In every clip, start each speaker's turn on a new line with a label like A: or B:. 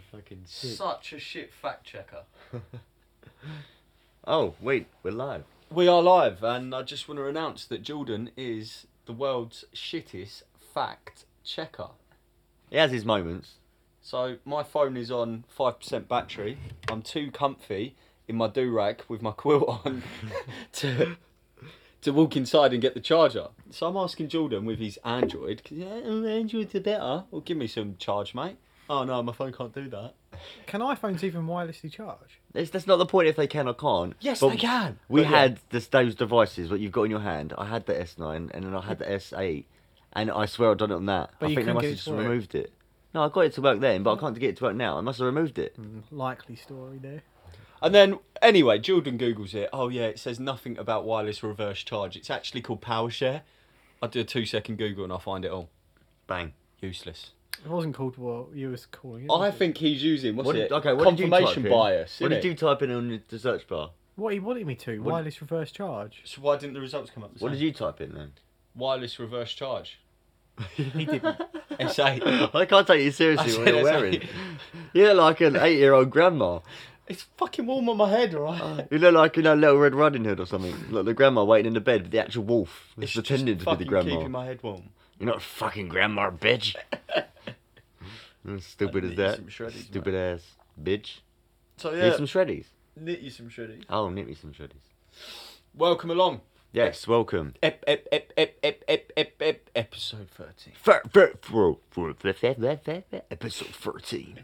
A: fucking sick.
B: Such a shit fact checker.
A: Oh, wait, we're live. We are live, and I just want to announce that Jordan is the world's shittest fact checker. He has his moments. So, my phone is on 5% battery. I'm too comfy in my do rag with my quilt on to, to walk inside and get the charger. So, I'm asking Jordan with his Android, "Can- yeah, oh, Androids are better. Well, give me some charge, mate. Oh, no, my phone can't do that.
C: Can iPhones even wirelessly charge?
D: That's, that's not the point if they can or can't.
A: Yes,
D: But
A: they can.
D: We
A: But yeah.
D: had this, those devices, what you've got in your hand. I had the S9 and then I had the S8. And I swear I've done it on that.
C: But
D: I
C: you
D: think they
C: couldn't
D: must
C: get
D: have
C: it
D: just
C: to work. Mm.
D: removed it. No, I got it to work then, but I can't get it to work now. I must have removed it.
C: Likely story there.
A: And then, anyway, Jordan Googles it. Oh, yeah, it says nothing about wireless reverse charge. It's actually called PowerShare. I do a two second Google and I find it all.
D: Bang.
A: Useless.
C: It wasn't called what you was calling it. was
A: I
C: it?
A: think he's using, what's
D: What did,
A: it?
D: okay, what
A: Confirmation
D: did you type in?
A: bias.
D: What
A: innit?
D: did you type in on the- the search bar?
C: What he wanted me to
D: What-
C: wireless reverse charge.
A: So why didn't the results come up? the
D: What
A: same?
D: did you type in then?
A: Wireless reverse charge.
C: He didn't.
A: S8.
D: I can't take you
A: I
D: seriously
A: said
D: when you're wearing.
A: S8.
D: You look like an eight year old grandma.
A: It's fucking warm on my head, right?
D: You look like you know Little Red Riding Hood or something. Like the grandma waiting in the bed, but the actual wolf is
A: it's
D: pretending
A: just
D: to be
A: fucking
D: the grandma.
A: keeping my head warm.
D: You're not a fucking grandma, bitch. You're as stupid
A: I'd
D: as
A: knit you
D: that.
A: some shreddies,
D: stupid ass bitch.
A: So
D: Need
A: yeah,
D: some shreddies.
A: knit you some shreddy.
D: I'll knit me some shreddies.
A: Welcome along.
D: Yes, welcome.
A: Ep, ep, ep, ep, ep, ep, ep, ep, episode 13.
D: Fir- fir- fir- fir- fir- fir- fir- fir- fir- Episode 13.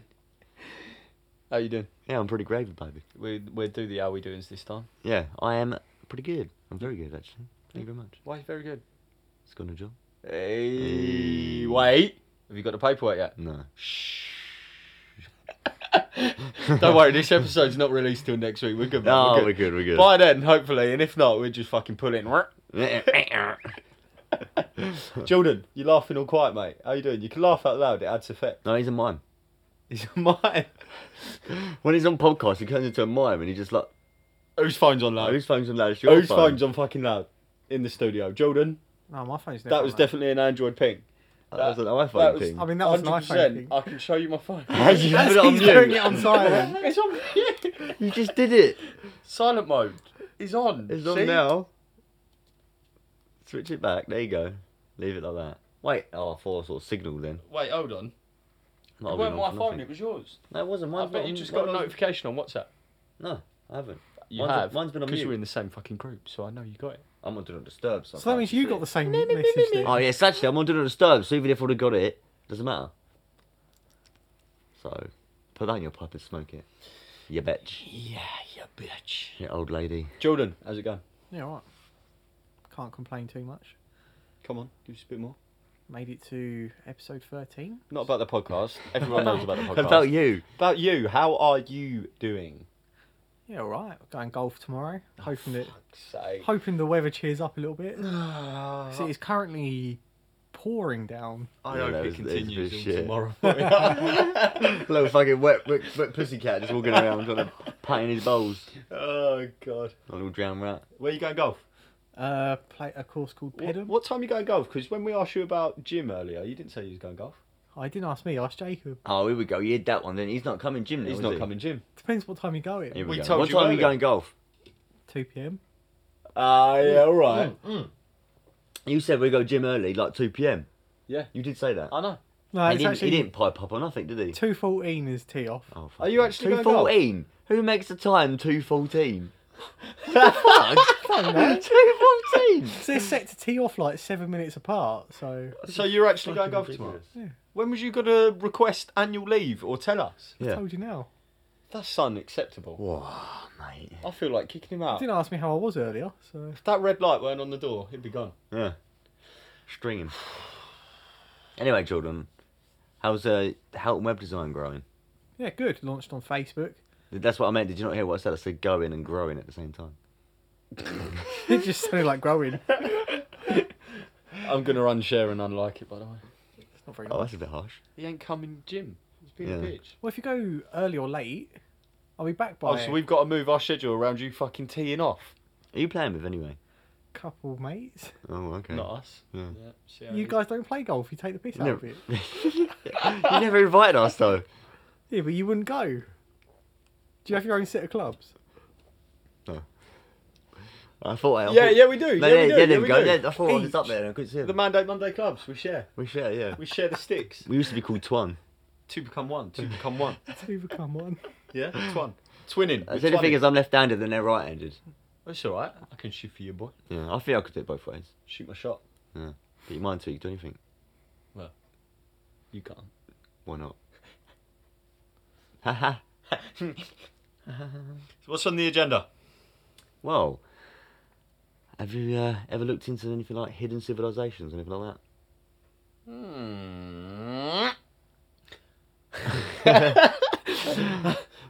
A: How you doing?
D: Yeah, I'm pretty gravy, baby.
A: We we'll do the how we doings this time.
D: Yeah, I am pretty good. I'm very good, actually. Thank you very much.
A: Why very good.
D: It's gone to John.
A: Hey, wait. Have you got the paperwork yet?
D: No.
A: Don't worry, this episode's not released till next week. We're good. man,
D: Oh,
A: we're
D: we're
A: good.
D: good, we're good.
A: By then, hopefully, and if not, we're just fucking pulling. Jordan, you're laughing all quiet, mate. How you doing? You can laugh out loud. It adds effect.
D: no, he's a mime.
A: It's mine.
D: When he's on podcast, he turns into a mime and he just like,
A: Whose phone's on
D: oh,
A: loud?
D: whose phone's on loud? It's your
A: Whose
D: phone.
A: phone's on fucking loud? In the studio, Jordan.
C: No, my phone's never
A: That was
C: on
A: definitely an Android ping.
D: That was an iPhone
A: that was-
D: thing.
C: I mean, that was an iPhone.
A: 100%,
C: thing.
A: I can show you my phone.
D: How do you
C: That's-
D: put it on
C: he's
D: mute?
C: doing it on silent.
A: it's on mute.
D: You just did it.
A: Silent mode is on.
D: It's on
A: see?
D: now. Switch it back. There you go. Leave it like that. Wait. Oh, I thought I saw a signal then.
A: Wait, hold on.
D: Might have
A: it
D: been
A: weren't my
D: on for
A: phone,
D: nothing.
A: it was yours.
D: No, it wasn't.
A: I
D: Mine's
A: bet
D: not
A: you
D: on-
A: just got a
D: mine was-
A: notification on WhatsApp.
D: No, I haven't.
A: You
D: Mine's on-
A: have.
D: mine's been on
A: Because you
D: mute.
A: were in the same fucking group, so I know you got it.
D: I'm on Do Not Disturb. So, I
C: So that
D: can't
C: means
D: actually
C: you
D: see
C: got
D: it.
C: the same message there.
D: Oh, yes, actually, I'm on Do Not Disturb, so even if I would have got it, doesn't matter. So, put that in your pipe and smoke it. You bitch.
A: Yeah, you bitch.
D: You old lady.
A: Jordan, how's it going?
C: Yeah, all right. Can't complain too much.
A: Come on, give us a bit more.
C: Made it to episode thirteen.
A: Not about the podcast. Everyone knows about the podcast.
D: About you.
A: About you, how are you doing?
C: Yeah, all right. Going golf tomorrow. Hoping that
A: Say.
C: hoping the weather cheers up a little bit.
A: I
C: See, it's currently pouring down.
D: Yeah,
A: hope
D: that was-
A: it
D: that was a bit
A: continues
D: of
A: till
D: shit.
A: tomorrow.
D: Little fucking wet, wet, wet pussycat just walking around trying to paint his bowls.
A: oh god.
D: A little drowned rat.
A: Where you going golf?
C: Uh, play a course called
A: What,
C: Pedham.
A: what time you going golf? Because when we asked you about gym earlier, you didn't say you was going golf.
C: I Oh, didn't ask me. Ask Jacob.
D: Oh, here we go. You had that one then. He's not coming gym now,
A: He's
D: is
A: not
D: he?
A: coming gym.
C: Depends what time you go in.
D: Here
A: We
D: we, go.
A: told
D: what
A: you
D: time are
A: earlier.
D: you going golf?
C: Two p.m.
A: Ah, yeah, all right.
C: Mm.
D: You said we go gym early, like 2 p.m.
A: Yeah.
D: You did say that.
A: I know.
D: he,
C: No, Uh, it's
D: didn't,
C: actually
D: he didn't pipe up or nothing, did he?
C: two fourteen is tee off.
D: Oh,
A: Are you actually going golf?
D: 214? Who makes the time 214? Fuck! 214!
C: So they're set to tee off like seven minutes apart. So
A: So you're actually going golf tomorrow? When was you gonna request annual leave or tell us?
C: I
D: Yeah.
C: told you now.
A: That's unacceptable.
D: Wow, mate.
A: I feel like kicking him
C: You
A: out.
C: didn't ask me how I was earlier. So
A: If that red light weren't on the door, he'd be gone.
D: Yeah. String him. Anyway, Jordan, how's uh, Helton Web Design growing?
C: yeah, good. Launched on Facebook.
D: That's what I meant. Did you not hear what I said? I said going and growing at the same time.
C: It just sounded like growing.
A: I'm gonna unshare and unlike it, by the way.
C: It's not very
D: Oh,
C: nice.
D: that's a bit harsh.
A: He ain't coming gym. He's being a
D: Yeah.
A: bitch.
C: Well, if you go early or late, I'll be back by
A: Oh, so we've got to move our schedule around you fucking teeing off.
D: Who you playing with anyway?
C: a couple mates.
D: Oh, okay.
A: Not us.
D: Yeah.
A: see how
C: You
A: it is.
C: guys don't play golf. You take the piss out
D: No.
C: of it.
D: you never invite us though.
C: Yeah, but you wouldn't go. Do you have your own set of clubs?
D: I thought I.
A: Yeah, yeah, we do.
D: No,
A: yeah,
D: yeah,
A: we do.
D: yeah,
A: Yeah,
D: there
A: we
D: we go.
A: do.
D: Yeah, I thought I was
A: Each.
D: up there and I couldn't see him.
A: The Mandate Monday clubs, we share.
D: we share, yeah.
A: We share the sticks.
D: We used to be called Twan.
A: Two become one. Two become one.
C: Two become one.
A: Yeah, twin. Twinning.
D: The
A: we're
D: only thing
A: twinning.
D: is, I'm left-handed and they're right-handed.
A: It's all right. I can shoot for you, boy.
D: Yeah, I think I could do it both ways.
A: Shoot my shot.
D: But you mind too? You do anything?
A: You can't.
D: Why not? Haha.
A: So what's on the agenda?
D: well, have you uh, ever looked into anything like hidden civilizations, anything like that?
A: Hmm.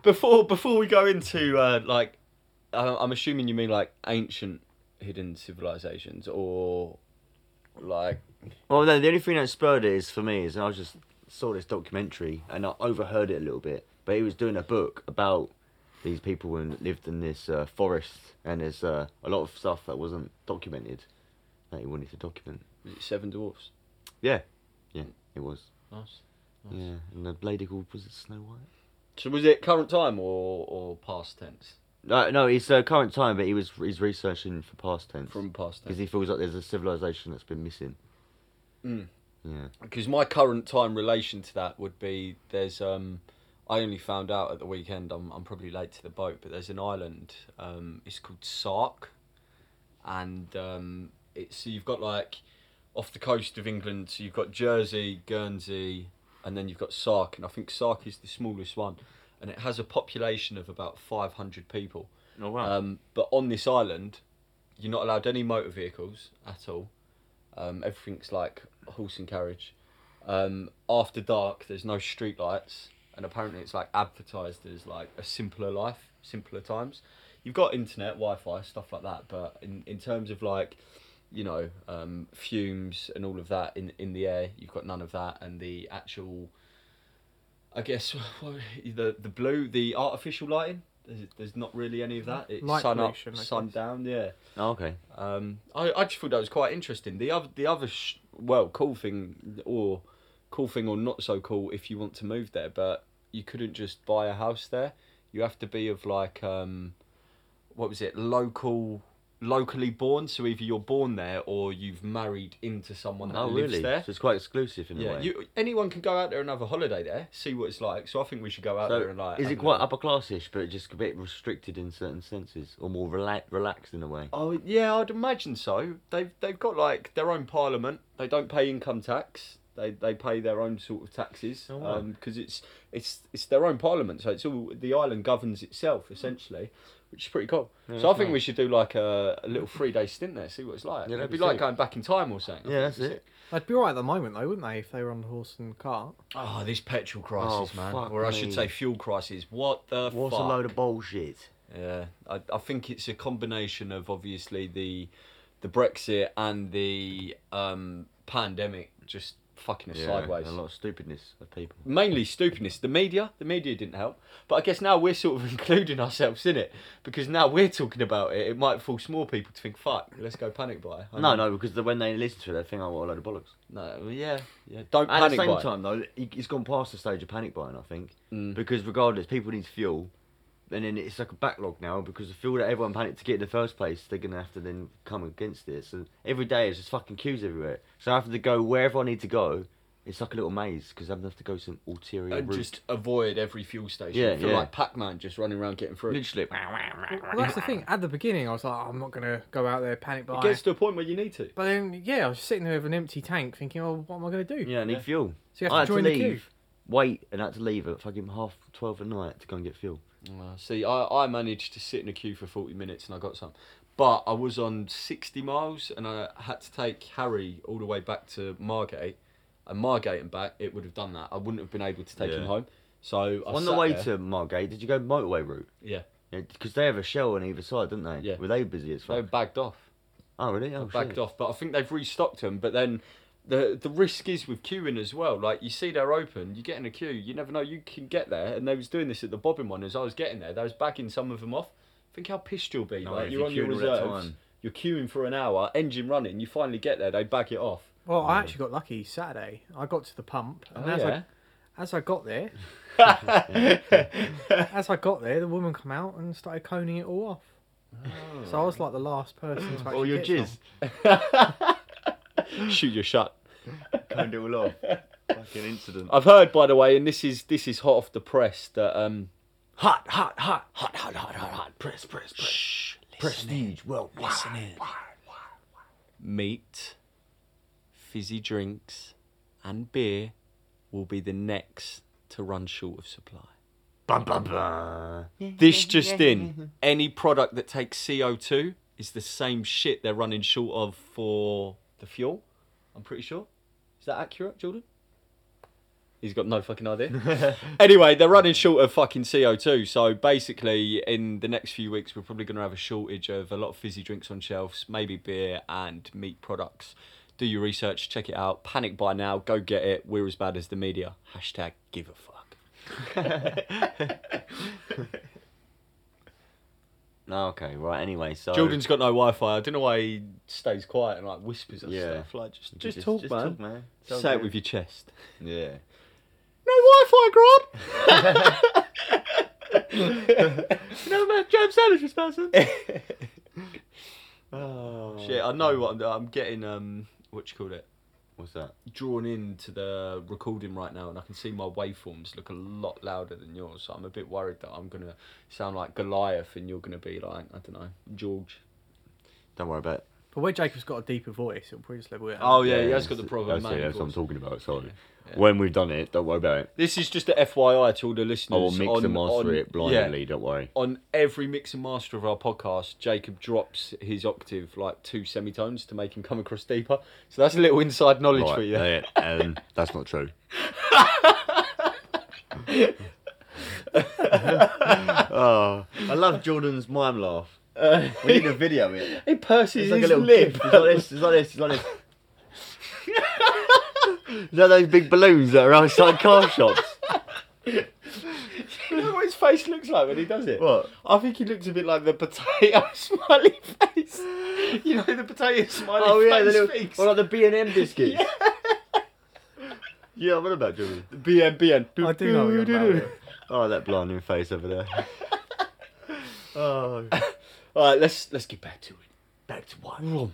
A: before before we go into uh, like, I- I'm assuming you mean like ancient hidden civilizations or like
D: Well, no, the only thing that spurred it is for me is I was just saw this documentary and I overheard it a little bit, but he was doing a book about these people who lived in this uh, forest and there's uh, a lot of stuff that wasn't documented that he wanted to document.
A: was it Seven Dwarfs?
D: It was.
A: Nice.
D: Yeah, and the lady called was it Snow White?
A: So was it current time or or past tense?
D: No, no, it's uh, current time, but he was he's researching for past tense
A: From past
D: because
A: tense.
D: he feels like there's a civilization that's been missing.
A: Mm.
D: Yeah.
A: Because my current time relation to that would be there's um I only found out at the weekend I'm I'm probably late to the boat, but there's an island. Um, it's called Sark, and um, it's so you've got like off the coast of England. So you've got Jersey, Guernsey, and then you've got Sark, and I think Sark is the smallest one, and it has a population of about 500 people.
D: Oh
A: Um, but on this island, you're not allowed any motor vehicles at all. Um, everything's like horse and carriage. Um, after dark, there's no street lights, and apparently it's like advertised as like a simpler life, simpler times. You've got internet, Wi-Fi, stuff like that, but in, in terms of like, you know, um, fumes and all of that in in the air, you've got none of that, and the actual, I guess, the the blue, the artificial lighting. There's, there's not really any of that. It's
C: Light
A: sun up,
C: pollution, I guess.
A: sun down. Yeah.
D: oh, okay.
A: Um, I, I just thought that was quite interesting. The other, the other, sh- well, cool thing or cool thing or not so cool if you want to move there, but you couldn't just buy a house there. You have to be of like, um, what was it, local, locally born. So either you're born there or you've married into someone that
D: Oh,
A: lives
D: really?
A: there.
D: So it's quite exclusive in a
A: yeah,
D: way.
A: you, anyone can go out there and have a holiday there, see what it's like. So I think we should go out
D: So
A: there and like.
D: is it
A: have a
D: quite
A: little-
D: upper classish, but just a bit restricted in certain senses, or more rela- relaxed in a way?
A: Oh yeah, I'd imagine so. They've they've got like their own parliament. They don't pay income tax. They they pay their own sort of taxes
D: Oh,
A: because
D: wow.
A: it's it's it's their own parliament. So it's all the island governs itself essentially, which is pretty cool.
D: Yeah,
A: so I
D: that's
A: think
D: nice.
A: we should do like a, a little three day stint there, see what it's like.
D: Yeah, that'd
A: It'd
D: be
A: be, like
D: sick.
A: going back in time or something. I
D: Yeah,
A: think
D: that's
A: it'd be
D: it.
A: sick.
C: They'd be all right at the moment, though, wouldn't they, if they were on horse and cart?
A: Oh, this petrol crisis,
D: Oh,
A: man,
D: fuck
A: or I
D: me.
A: should say fuel crisis. What the
D: What's
A: fuck?
D: a load of bullshit?
A: Yeah, I, I think it's a combination of obviously the the Brexit and the um, pandemic just fucking us sideways.
D: A lot of stupidness of people.
A: Mainly stupidness. The media, the media didn't help. But I guess now we're sort of including ourselves in it because now we're talking about it. It might force more people to think, "Fuck, let's go panic buy." I
D: no,
A: mean,
D: no, because the, when they listen to it, they think, "Oh, what a load of bollocks."
A: no, well, yeah, yeah. Don't
D: At the
A: panic
D: same
A: buy.
D: time, though, he- he's gone past the stage of panic buying. I think
A: Mm.
D: because regardless, people need fuel, and then it's like a backlog now because the fuel that everyone panicked to get in the first place, they're gonna have to then come against it. So every day it's just fucking queues everywhere. So I have to go wherever I need to go. It's like a little maze because I'm gonna have to go some ulterior
A: And
D: route.
A: just avoid every fuel station.
D: Yeah,
A: Yeah, feel
D: yeah.
A: like Pac-Man just running around getting through.
D: Literally.
C: Well, well, that's the thing. At the beginning, I was like, "Oh, I'm not going to go out there panic buy.
A: It gets to a point where you need to.
C: But then, yeah, I was sitting there with an empty tank thinking, oh, what am I going to do?
D: Yeah, I need
A: Yeah.
D: fuel.
C: So you have to
D: I had to
C: join the queue.
D: leave, wait, and I had to leave at fucking half twelve at night to go and get fuel.
A: Uh, see, I, I managed to sit in a queue for 40 minutes and I got some. But I was on 60 miles and I had to take Harry all the way back to Margate. And Margate and back, it would have done that. I wouldn't have been able to take
D: Yeah.
A: him home. So I
D: On the
A: sat
D: way
A: there.
D: to Margate, did you go motorway route?
A: Yeah.
D: Because they have a shell on either side, don't they?
A: Yeah.
D: Were they busy as
A: They were
D: fuck?
A: bagged off.
D: Oh, really? Oh,
A: bagged
D: shit.
A: off. But I think they've restocked them. But then the the risk is with queuing as well. Like you see they're open, you get in a queue, you never know you can get there. And they was doing this at the bobbing one as I was getting there. They was bagging some of them off. Think how pissed you'll be.
D: No,
A: like
D: if
A: you're
D: you
A: on your
D: queued all that
A: reserves.
D: time.
A: You're queuing for an hour, engine running. You finally get there, they back it off. Oh,
D: Oh,
C: Well, I actually got lucky Saturday. I got to the pump. And as I As I got there,
A: yeah,
C: as I got there, the woman come out and started coning it all off. So I was like the last person to actually.
D: Oh. All your
C: get some.
D: jizz.
A: Shoot your shot.
D: Turned it all off. Fucking incident.
A: I've heard, by the way, and this is this is hot off the press that um, hot, hot, hot, hot, hot, hot, hot, hot, press, press, press, Shh,
D: Prestige worldwide.
A: Listen in. Meat, fizzy drinks, and beer will be the next to run short of supply.
D: Bum, bum, bum.
A: This just in: any product that takes CO two is the same shit they're running short of for the fuel. I'm pretty sure. Is that accurate, Jordan? He's got no fucking idea. anyway, they're running short of fucking CO2. So basically, in the next few weeks, we're probably going to have a shortage of a lot of fizzy drinks on shelves, maybe beer and meat products. Do your research, check it out. Panic by now, go get it. We're as bad as the media. Hashtag give a fuck.
D: No, Oh, okay, right. Anyway, so
A: Jordan's got no Wi Fi. I don't know why he stays quiet and like whispers and
D: Yeah.
A: stuff. Like, just,
C: Just talk, man.
D: Sounds
A: say it
D: good.
A: with your chest.
D: Yeah.
A: No Wi Fi, Grod!
D: No man, jam sandwiches, person.
A: oh. Shit, I know what I'm, I'm getting. Um, what you call it?
D: What's that?
A: Drawn into the recording right now, and I can see my waveforms look a lot louder than yours. So I'm a bit worried that I'm gonna sound like Goliath, and you're gonna be like I don't know, George.
D: Don't worry about it.
C: But where Jacob's got a deeper voice, it'll probably just level it out.
A: Oh yeah, he has got the
D: that's-
A: problem.
D: That's, it,
A: man, of
D: that's what I'm
A: course.
D: talking about. Sorry.
A: Yeah.
D: When we've done it, don't worry about it.
A: This is just a FYI to all the listeners.
D: I will mix
A: on,
D: and master
A: on-
D: it
A: yeah,
D: blindly. Don't worry.
A: on every mix and master of our podcast, Jacob drops his octave like two semitones to make him come across deeper. So that's a little inside knowledge
D: Right,
A: for you.
D: yeah, um, that's not true. oh, I love Jordan's mime laugh. We need a video of it.
A: He Uh,
D: It's
A: purses
D: like a
A: his
D: little
A: lip.
D: It's like this. It's like this. It's like this. you know those big balloons that are outside car shops?
A: you know what his face looks like when he does it?
D: What?
A: I think he looks a bit like the potato smiley face. You know the potato smiley
D: Oh yeah, the
A: face
D: little,
A: speaks.
D: or like the B and M biscuits. yeah. what about Jordan?
A: BN BN.
C: I do know what you're about.
D: Oh, that blinding face over there. oh,
A: All right, let's let's get back to it. Back to what?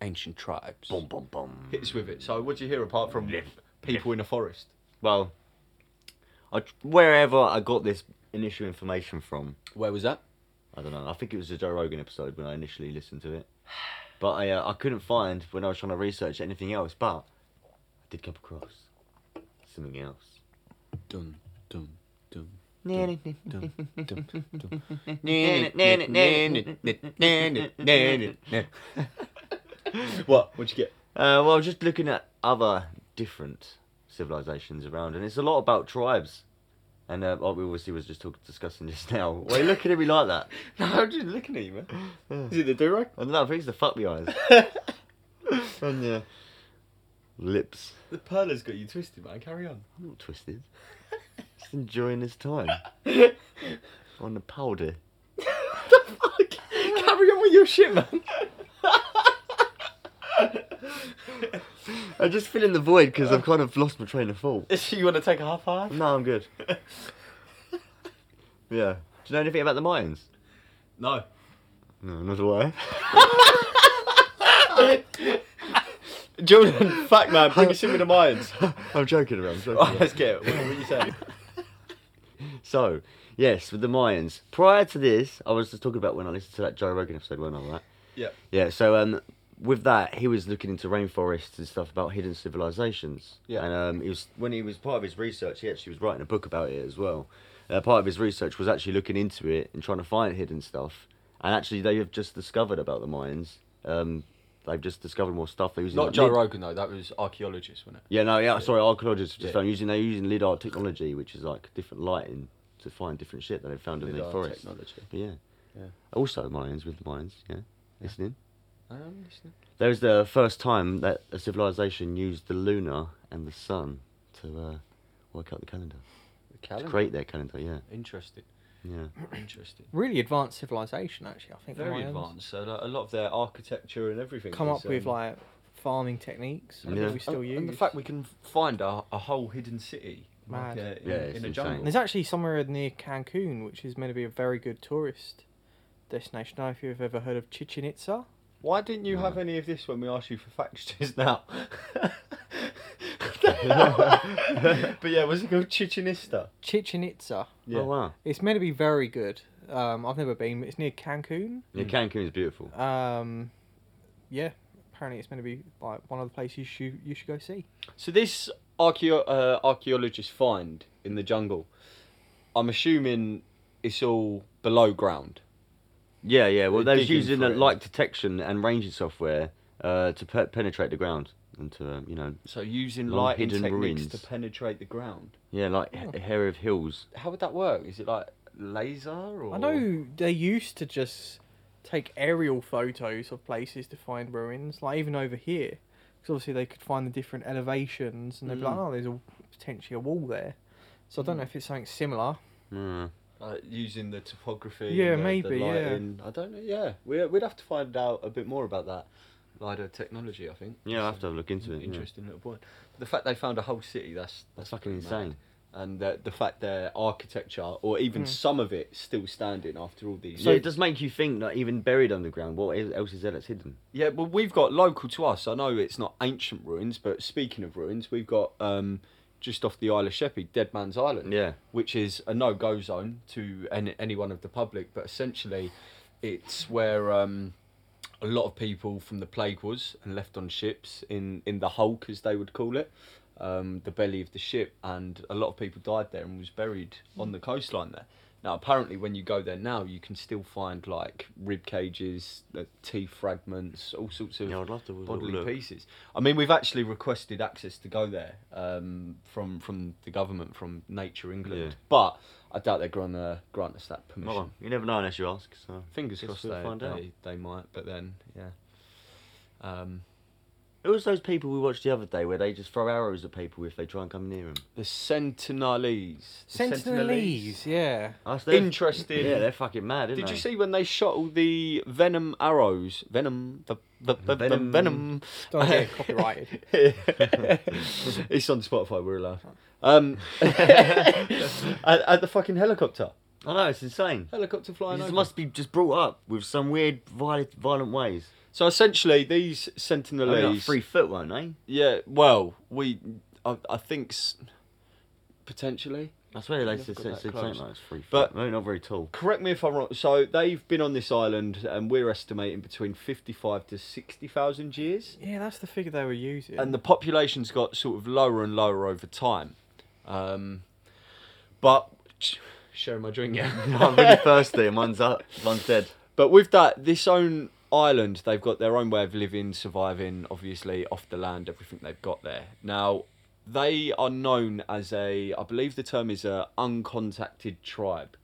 A: Ancient tribes.
D: boom, boom, boom.
A: Hits with it. So what do you hear apart from people in a forest?
D: Well, I, wherever I got this initial information from,
A: Where was that?
D: I don't know. I think it was a Joe Rogan episode when I initially listened to it, but I uh, I couldn't find when I was trying to research anything else. But I did come across something else.
A: Dun dun dun. What? What'd you get?
D: Uh, well, I was just looking at other different civilizations around, and it's a lot about tribes. And uh, like we obviously was just talk- discussing just now. Why are you looking at me like that?
A: No, I'm just looking at you, man. Is it the do
D: I don't know. I think it's the fuck me eyes
A: Oh,
D: and your lips.
A: The pearl has got you twisted, man. Carry on.
D: I'm not twisted. Just enjoying this time on the powder.
A: Fuck. Carry on with your shit, man.
D: I'm just filling the void because I've kind of lost my train of thought.
A: you want to take a half five?
D: No, I'm good. Yeah. Do you know anything about the Mayans?
A: No.
D: No, not do I.
A: Jordan, fact man, bring us in with the minds.
D: I'm joking around. I'm joking
A: Right,
D: around.
A: let's get it. Oh, What, what are you saying?
D: So, yes, with the Mayans. Prior to this, I was just talking about when I listened to that Joe Rogan episode, weren't I, right?
A: Yeah.
D: Yeah, so um, with that, he was looking into rainforests and stuff about hidden civilizations.
A: Yeah.
D: And um, he was when he was part of his research, he actually was writing a book about it as well. Uh, part of his research was actually looking into it and trying to find hidden stuff. And actually, they have just discovered about the Mayans. Um, they've just discovered more stuff. They was
A: Not Joe Rogan, though. That was archaeologists, wasn't it?
D: Yeah, no, yeah, sorry, archaeologists just
A: Yeah.
D: found using they're using lidar technology, which is like different lighting to find different shit that they found in the
A: Lidar
D: forest.
A: technology.
D: But yeah.
A: Yeah.
D: Also Mayans with the Mayans, yeah. Listening.
A: I am listening.
D: That was the first time that a civilization used the lunar and the sun to uh, work out the calendar.
A: The calendar.
D: To create their calendar, yeah.
A: Interesting.
D: Yeah.
A: Interesting.
C: Really advanced civilization, actually. I think the
A: Very
C: Mayans
A: advanced. So like, a lot of their architecture and everything.
C: Come
A: is,
C: up with
A: um, Oh,
C: like farming techniques
D: Yeah.
C: that we still
A: and,
C: use.
A: And the fact we can find a, a whole hidden city
B: Like,
C: Mad.
B: uh,
D: Yeah,
B: in,
D: it's
B: in a
D: insane.
B: jungle.
C: And there's actually somewhere near Cancun, which is meant to be a very good tourist destination. I don't know if you've ever heard of Chichen Itza.
A: Why didn't you
D: No.
A: have any of this when we asked you for facts just now? but yeah, was it called Chichinista?
C: Chichen Itza.
A: Yeah.
D: Oh wow.
C: It's meant to be very good. Um, I've never been. but It's near Cancun.
D: Yeah, Cancun is beautiful.
C: Um, yeah. Apparently, it's meant to be like one of the places you should you should go see.
A: So this archeo- uh, archaeologist find in the jungle, I'm assuming it's all below ground.
D: Yeah, yeah. Well,
A: They're
D: they was
A: digging
D: using
A: for
D: a
A: it.
D: light detection and ranging software uh, to pe- penetrate the ground and to um, you know
A: So using
D: Long
A: lighting
D: hidden
A: techniques
D: ruins.
A: to penetrate the ground.
D: yeah like
A: Oh.
D: h- area of hills.
A: How would that work? Is it like laser or?
C: I know they used to just take aerial photos of places to find ruins, like even over here, because obviously they could find the different elevations, and they'd be like,
A: Mm.
C: "Oh, there's a, potentially a wall there." So I don't know if it's something similar.
A: Hmm.
D: Mm.
A: Like using the topography.
C: Yeah,
A: and the,
C: maybe,
A: The
C: yeah.
A: lighting. I don't know. Yeah, we we'd have to find out a bit more about that. LiDAR technology, I think.
D: Yeah, I
A: So-
D: have to have a look into it. yeah.
A: Interesting little point. The fact they found a whole city, that's
D: That's fucking
A: pretty mad.
D: insane.
A: And uh, the, the fact their architecture, or even
C: Mm.
A: some of it, still standing after all these.
D: So it does make you think that even buried underground, what is- else is there that's hidden?
A: yeah, well, we've got local to us. I know it's not ancient ruins, but speaking of ruins, we've got um, just off the Isle of Sheppey, Dead Man's Island,
D: Yeah.
A: which is a no-go zone to any, anyone of the public. But essentially, it's where um, a lot of people from the plague was and left on ships in in the hulk, as they would call it, um, the belly of the ship, and a lot of people died there and was buried on the coastline there. Now, apparently, when you go there now, you can still find like rib cages, uh, teeth fragments, all sorts of
D: Yeah, I'd love to have a little
A: bodily
D: look.
A: pieces. I mean, we've actually requested access to go there um, from from the government, from Nature England,
D: Yeah.
A: but I doubt they're going to grant us that permission.
D: Well, you never know unless you ask. So
A: Fingers
D: guess
A: crossed
D: we'll
A: they,
D: find out.
A: they, they might, but then, yeah. Um,
D: It was those people we watched the other day where they just throw arrows at people if they try and come near them.
A: the Sentinelese. The
C: Sentinelese, yeah.
D: That's
A: Interesting.
D: Yeah, they're fucking mad, isn't
A: Did
D: they?
A: you see when they shot all the venom arrows? Venom, the the, the venom.
D: Venom. Oh,
A: venom.
C: Don't get copyrighted.
A: it's on Spotify. We're allowed. Um, at, at the fucking helicopter.
D: I know it's insane.
A: Helicopter flying.
D: This
A: over.
D: must be just brought up with some weird violent, violent ways.
A: So essentially, these
D: Only like
A: Sentinelese.
D: three foot one, eh?
A: Yeah. Well, we. I, I think. s- Potentially.
D: I swear they
A: Never
D: said,
A: got
D: said,
A: that
D: said
A: close.
D: something like it's three foot.
A: But-
D: But no, not very tall.
A: Correct me if I'm wrong. So they've been on this island, and we're estimating between fifty-five to sixty thousand years.
C: Yeah, that's the figure they were using.
A: and the population's got sort of lower and lower over time. Um, but sharing my drink,
D: I'm
A: yeah.
D: really thirsty, and one's up, one's dead.
A: but with that, this own island, they've got their own way of living, surviving, obviously off the land, everything they've got there. Now, they are known as a, I believe the term is a uncontacted tribe.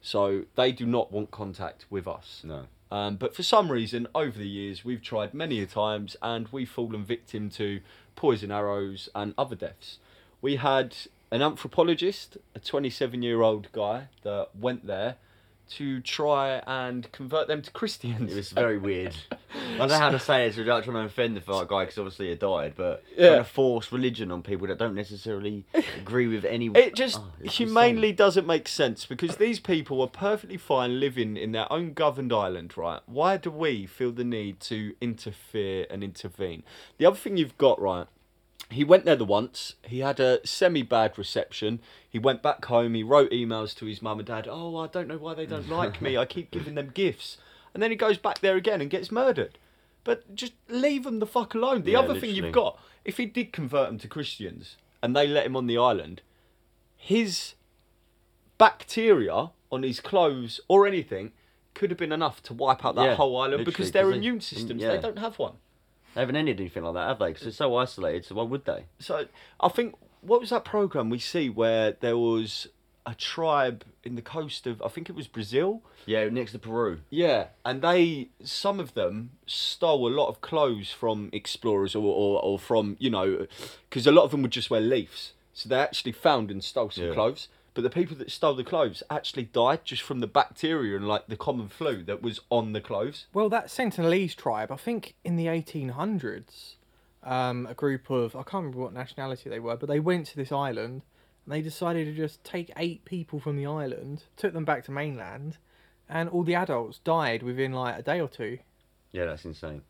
A: So they do not want contact with us.
D: No.
A: Um, but for some reason, over the years, we've tried many a times and we've fallen victim to poison arrows and other deaths. We had an anthropologist, a 27 year old guy, that went there to try and convert them to Christians.
D: It was very weird. I don't know how to say this without trying to offend the fat guy because obviously he died, but
A: Yeah.
D: trying to force religion on people that don't necessarily agree with any.
A: It just
D: Oh, it's
A: humanely
D: insane.
A: doesn't make sense because these people are perfectly fine living in their own governed island, right? Why do we feel the need to interfere and intervene? The other thing you've got, right? He went there the once. He had a semi bad reception. He went back home. He wrote emails to his mum and dad. Oh, I don't know why they don't like me. I keep giving them gifts. And then he goes back there again and gets murdered. But just leave them the fuck alone. The
D: Yeah,
A: other thing
D: literally.
A: you've got, if he did convert them to Christians and they let him on the island, his bacteria on his clothes or anything could have been enough to wipe out that
D: Yeah,
A: whole island
D: literally,
A: because their
D: 'cause they-
A: immune
D: mm,
A: systems
D: yeah.
A: they don't have one.
D: They haven't ended anything like that, have they? Because it's so isolated. So why would they?
A: So I think what was that program we see where there was a tribe in the coast of I think it was Brazil.
D: Yeah, next to Peru.
A: Yeah, and they some of them stole a lot of clothes from explorers or or, or from you know, because a lot of them would just wear leaves. So they actually found and stole some
D: Yeah.
A: clothes. But the people that stole the clothes actually died just from the bacteria and like the common flu that was on the clothes.
C: Well, that Sentinelese tribe, I think in the 1800s, um, a group of, I can't remember what nationality they were, but they went to this island And they decided to just take eight people from the island, took them back to mainland, and all the adults died within like a day or two.
D: Yeah, that's insane.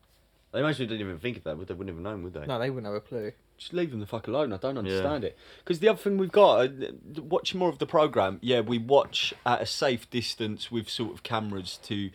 D: They mostly didn't even think of that. Would they? Wouldn't have known, would they?
C: No, they wouldn't have a clue.
A: Just leave them the fuck alone. I don't understand it. 'Cause it. Because the other thing we've got, uh, th- watching more of the program. Yeah, we watch at a safe distance with sort of cameras to,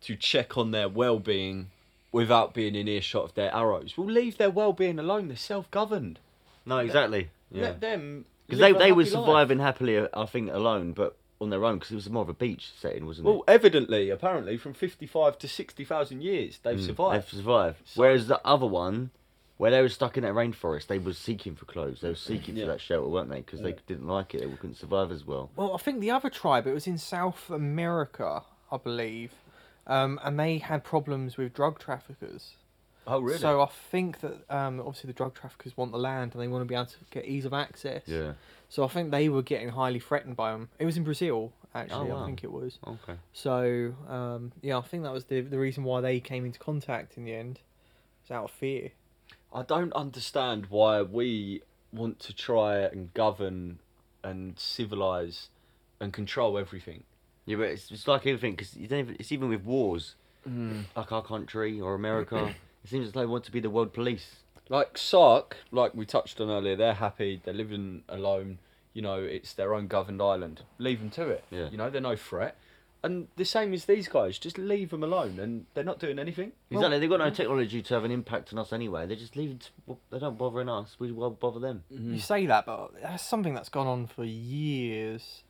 A: to check on their well-being, without being in earshot of their arrows. We'll leave their well-being alone. They're self-governed.
D: No, exactly. Yeah.
A: Let them.
D: Because they
A: live a
D: they were
A: happy life.
D: surviving happily, uh, I think, alone, but on their own because it was more of a beach setting, wasn't
A: Well, evidently, apparently, from fifty-five to sixty thousand years, they've
D: it? Mm,
A: survived.
D: They've survived.
A: So-
D: Whereas the other one, where they were stuck in that rainforest, they were seeking for clothes. They were seeking
A: Yeah.
D: for that shelter, weren't they? Because they
A: Yeah.
D: didn't like it. They couldn't survive as well.
C: Well, I think the other tribe, it was in South America, I believe, um, and they had problems with drug traffickers.
A: Oh, really?
C: So I think that um, obviously the drug traffickers want the land and they want to be able to get ease of access.
D: Yeah.
C: So I think they were getting highly threatened by them. It was in Brazil, actually,
D: Oh, wow.
C: I think it was.
D: Okay.
C: So um, yeah, I think that was the, the reason why they came into contact in the end. It was out of fear.
A: I don't understand why we want to try and govern and civilize and control everything.
D: Yeah, but it's, it's like everything because you don't. Even, it's even with wars,
A: Mm.
D: like our country or America. it seems as though they want to be the world police.
A: Like Sark, like we touched on earlier, they're happy, they're living alone, you know, it's their own governed island. Leave them to it.
D: Yeah.
A: You know, they're no threat. And the same as these guys, just leave them alone and they're not doing anything.
D: Exactly. They've got no technology to have an impact on us anyway. They're just leaving. To, they don't bother in us. We will bother them.
A: Mm.
C: You say that, but that's something that's gone on for years.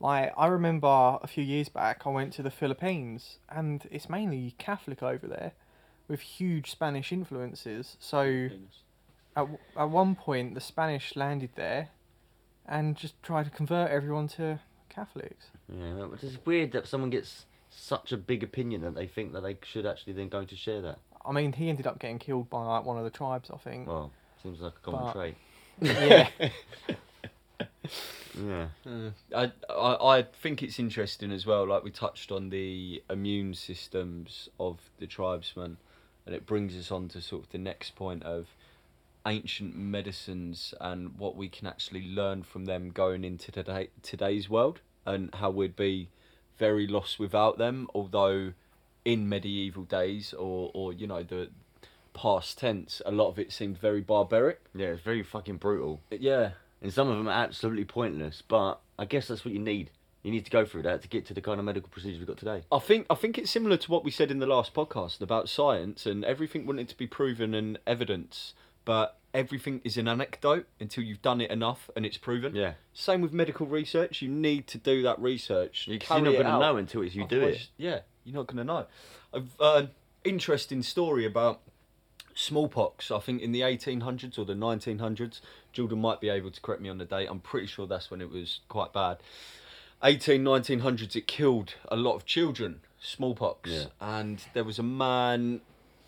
C: Like I remember a few years back, I went to the Philippines, and it's mainly Catholic over there, with huge Spanish influences. So at w- at one point, the Spanish landed there, and just tried to convert everyone to Catholics.
D: Yeah, well, it's just weird that someone gets such a big opinion that they think that they should actually then go to share that.
C: I mean, he ended up getting killed by like one of the tribes, I think.
D: Well, seems like a common
C: But-
D: trait.
C: yeah.
D: Yeah.
A: Uh, I, I I think it's interesting as well. Like we touched on the immune systems of the tribesmen, and it brings us on to sort of the next point of ancient medicines and what we can actually learn from them going into today today's world and how we'd be very lost without them. Although in medieval days or or you know the past tense, a lot of it seemed very barbaric.
D: Yeah, it's very fucking brutal.
A: Yeah,
D: And some of them are absolutely pointless, but I guess that's what you need. You need to go through that to get to the kind of medical procedures we've got today.
A: I think I think it's similar to what we said in the last podcast about science and everything wanted to be proven and evidence, but everything is an anecdote until you've done it enough and it's proven.
D: Yeah.
A: Same with medical research. You need to do that research.
D: You're
A: carry
D: not going
A: it
D: to
A: out.
D: know until it's you do it.
A: Otherwise- Yeah, you're not going to know. I've uh, interesting story about smallpox. I think in the 1800s or the 1900s, Jordan might be able to correct me on the date. I'm pretty sure that's when it was quite bad. 18, 1900s, it killed a lot of children, smallpox.
D: Yeah.
A: And there was a man,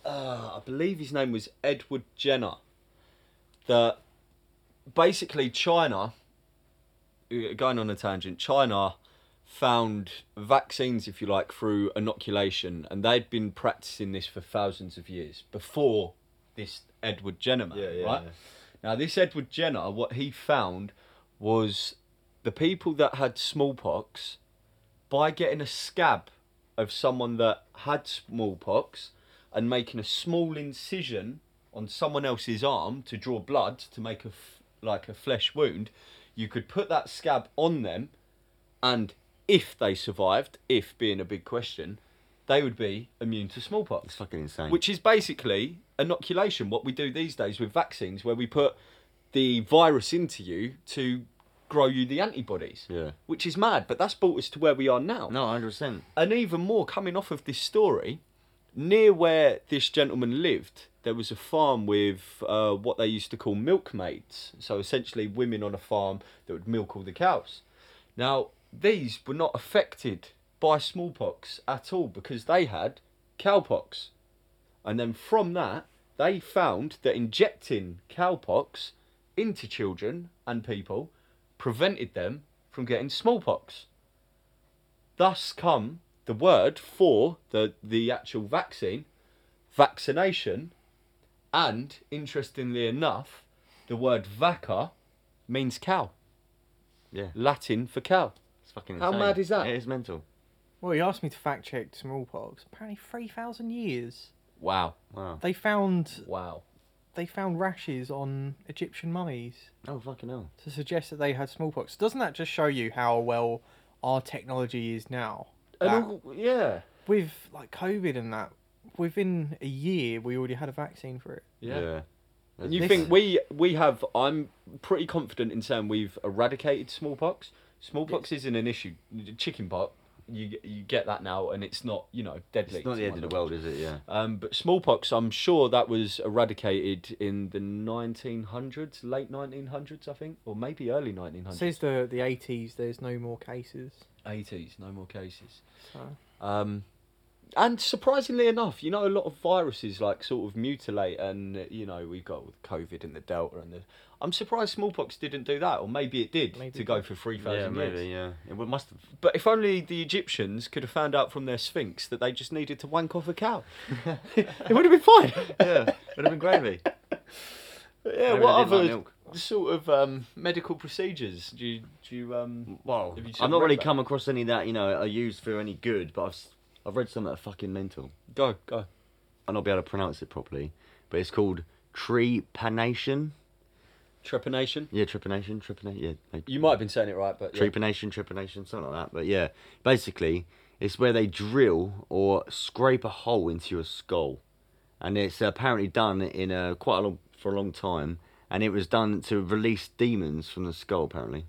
A: uh, I believe his name was Edward Jenner, that basically China, uh, going on a tangent, China found vaccines, if you like, through inoculation, and they'd been practicing this for thousands of years before this Edward Jenner man, right? Now, this Edward Jenner, what he found was the people that had smallpox, by getting a scab of someone that had smallpox and making a small incision on someone else's arm to draw blood to make a f- like a flesh wound, you could put that scab on them, and if they survived, if being a big question, they would be immune to smallpox.
D: It's fucking insane.
A: Which is basically inoculation, what we do these days with vaccines, where we put the virus into you to grow you the antibodies.
D: Yeah.
A: Which is mad, but that's brought us to where we are now.
D: No, 100%.
A: And even more, coming off of this story, near where this gentleman lived, there was a farm with uh, what they used to call milkmaids. So essentially, women on a farm that would milk all the cows. Now, these were not affected by smallpox at all because they had cowpox. And then from that, they found that injecting cowpox into children and people prevented them from getting smallpox. Thus come the word for the, the actual vaccine, vaccination, and interestingly enough, the word vaca means cow.
D: Yeah.
A: Latin for cow.
D: It's fucking
A: How
D: insane.
A: mad is that?
D: It is mental.
C: Well, you asked me to fact check smallpox. Apparently, three thousand years.
A: Wow.
D: Wow.
C: They found
A: Wow.
C: they found rashes on Egyptian mummies
D: Oh fucking hell.
C: to suggest that they had smallpox. Doesn't that just show you how well our technology is now? That-
A: And all, yeah.
C: with like COVID and that, within a year we already had a vaccine for it.
A: Yeah. And
D: That's
A: you
C: This-
A: think we we have? I'm pretty confident in saying we've eradicated smallpox. Smallpox isn't an issue. Chicken pox, you you get that now, and it's not you know deadly.
D: It's not the end of the world, is it? Yeah.
A: Um, but smallpox, I'm sure that was eradicated in the 1900s, late 1900s, I think, or maybe early 1900s.
C: Since the the eighties, there's no more cases.
A: 80s, no more cases.
C: So-
A: Um, and surprisingly enough, you know, a lot of viruses like sort of mutilate, and uh, you know, we've got with COVID and the Delta, and the. I'm surprised smallpox didn't do that, or maybe it did
C: Maybe
A: to
C: it
A: go
C: did.
A: for three
D: Yeah,
A: thousand
D: maybe.
A: years.
D: Yeah. It w- must have.
A: But if only the Egyptians could have found out from their Sphinx that they just needed to wank off a cow, it would have been fine.
D: Yeah. Would have been gravy. Maybe
A: Yeah, what
D: they didn't like
A: other
D: milk.
A: sort of um, medical procedures do you, do you um
D: Well,
A: Have you seen
D: I've not really
A: Redback?
D: come across any that you know are used for any good, but I've s- I've read some that are fucking mental.
A: go go?
D: I'll not be able to pronounce it properly, but it's called trepanation.
A: Trepanation.
D: Yeah, trepanation, trepanation. Yeah. like-
A: You might have been saying it right, but yeah.
D: trepanation, trepanation, something like that. But yeah, basically, it's where they drill or scrape a hole into your skull, and it's apparently done in a quite a long for a long time, and it was done to release demons from the skull apparently.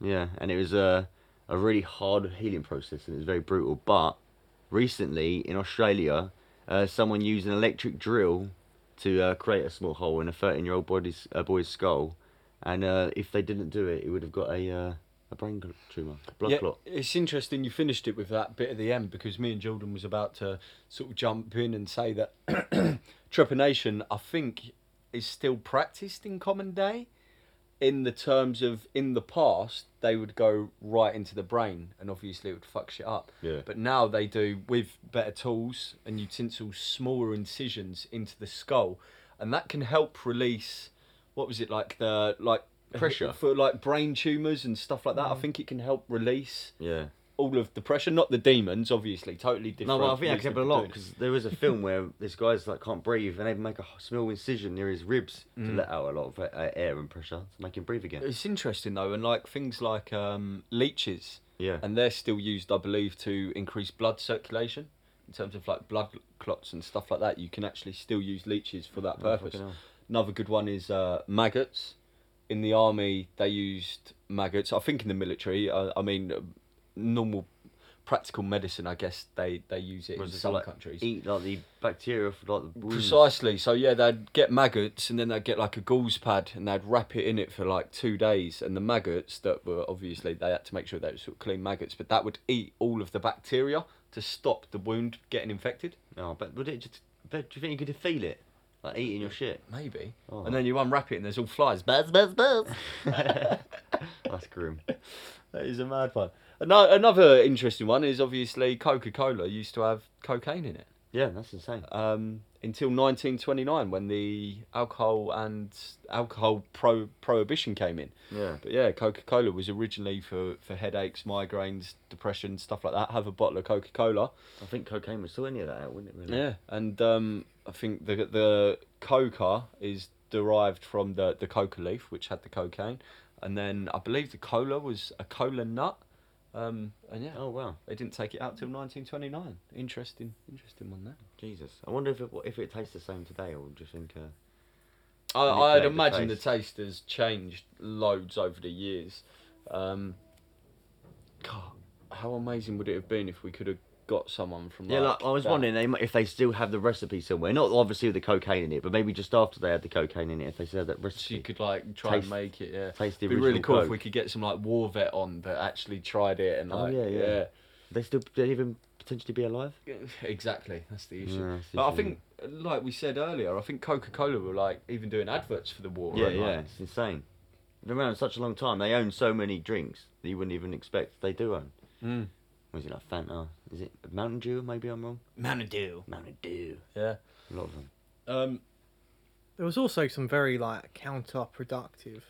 D: Yeah, and it was a a really hard healing process, and it was very brutal. But recently in Australia, uh, someone used an electric drill to uh, create a small hole in a 13-year-old body's uh, boy's skull, and uh, if they didn't do it, he would have got a uh, a brain cl- tumor, blood
A: yeah,
D: clot.
A: It's interesting you finished it with that bit at the end because me and Jordan was about to sort of jump in and say that trepanation, I think, is still practiced in common day. In the terms of in the past, they would go right into the brain, and obviously it would fuck shit up.
D: Yeah.
A: But now they do with better tools and utensils, smaller incisions into the skull, and that can help release. What was it like the like
D: Pressure.
A: for like brain tumors and stuff like that? I think it can help release
D: Yeah.
A: all of the pressure, not the demons, obviously, totally different.
D: No, but I think that
A: ways
D: could
A: of
D: happen a lot
A: doing it.
D: because there was a film where this guy's like can't breathe, and they make a h- small incision near his ribs to
A: Mm.
D: let out a lot of uh, air and pressure to make him breathe again.
A: It's interesting though, and like things like um, leeches,
D: Yeah.
A: and they're still used, I believe, to increase blood circulation in terms of like blood clots and stuff like that. You can actually still use leeches for that
D: Oh,
A: purpose.
D: fucking hell.
A: Another good one is uh, maggots. In the army, they used maggots. I think in the military, I, I mean, uh, normal practical medicine, I guess they, they use it
D: Was
A: in
D: it
A: some
D: like
A: countries.
D: Eat like the bacteria for like
A: Mm.
D: the wounds.
A: Precisely. So yeah, they'd get maggots, and then they'd get like a gauze pad, and they'd wrap it in it for like two days. And the maggots that were obviously they had to make sure they were sort of clean maggots, but that would eat all of the bacteria to stop the wound getting infected.
D: No, Oh, but would it just? But do you think you could feel it, like eating your shit?
A: Maybe.
D: Oh.
A: And then you unwrap it, and there's all flies. Buzz, buzz, buzz.
D: That's grim.
A: that is a mad one. Ano- Another interesting one is obviously Coca Cola used to have cocaine in it.
D: Yeah, that's insane.
A: um, until 1929 when the alcohol and alcohol pro- prohibition came in.
D: Yeah.
A: But yeah, Coca Cola was originally for, for headaches, migraines, depression, stuff like that. Have a bottle of Coca Cola.
D: I think cocaine would sort any of that out, wouldn't it? Really?
A: Yeah, and um, I think the the coca is derived from the the coca leaf, which had the cocaine, and then I believe the cola was a cola nut. Um, and yeah,
D: Oh wow,
A: they didn't take it out till 1929. Interesting, interesting one there.
D: Jesus! I wonder if it if it tastes the same today, or do you think? Uh,
A: I,
D: manipulate
A: I'd
D: the
A: imagine the
D: taste.
A: taste has changed loads over the years. Um, God, how amazing would it have been if we could have got someone from
D: yeah, like I was
A: that-
D: wondering they, might- if they still have the recipe somewhere. Not obviously with the cocaine in it, but maybe just after they had the cocaine in it, if they still had that
A: So you
D: recipe.
A: could like try
D: Taste-
A: and make it. Yeah,
D: taste the
A: It'd be
D: original
A: really cool if
D: Coke.
A: we could get some like war vet on that actually tried it and
D: Oh,
A: like
D: yeah, yeah. They still they even potentially be alive.
A: yeah. exactly. That's the issue.
D: Yeah, that's the
A: but I
D: issue,
A: think, like we said earlier, I think Coca Cola were like even doing adverts for the war.
D: Yeah,
A: weren't they?
D: yeah, it's insane. They've been around such a long time. They own so many drinks that you wouldn't even expect they do own.
A: Mm.
D: Was it like Fanta? Is it Mountain Dew? Maybe I'm wrong.
A: Mountain Dew.
D: Mountain Dew.
A: Yeah.
D: A lot of them.
A: Um,
C: There was also some very like counterproductive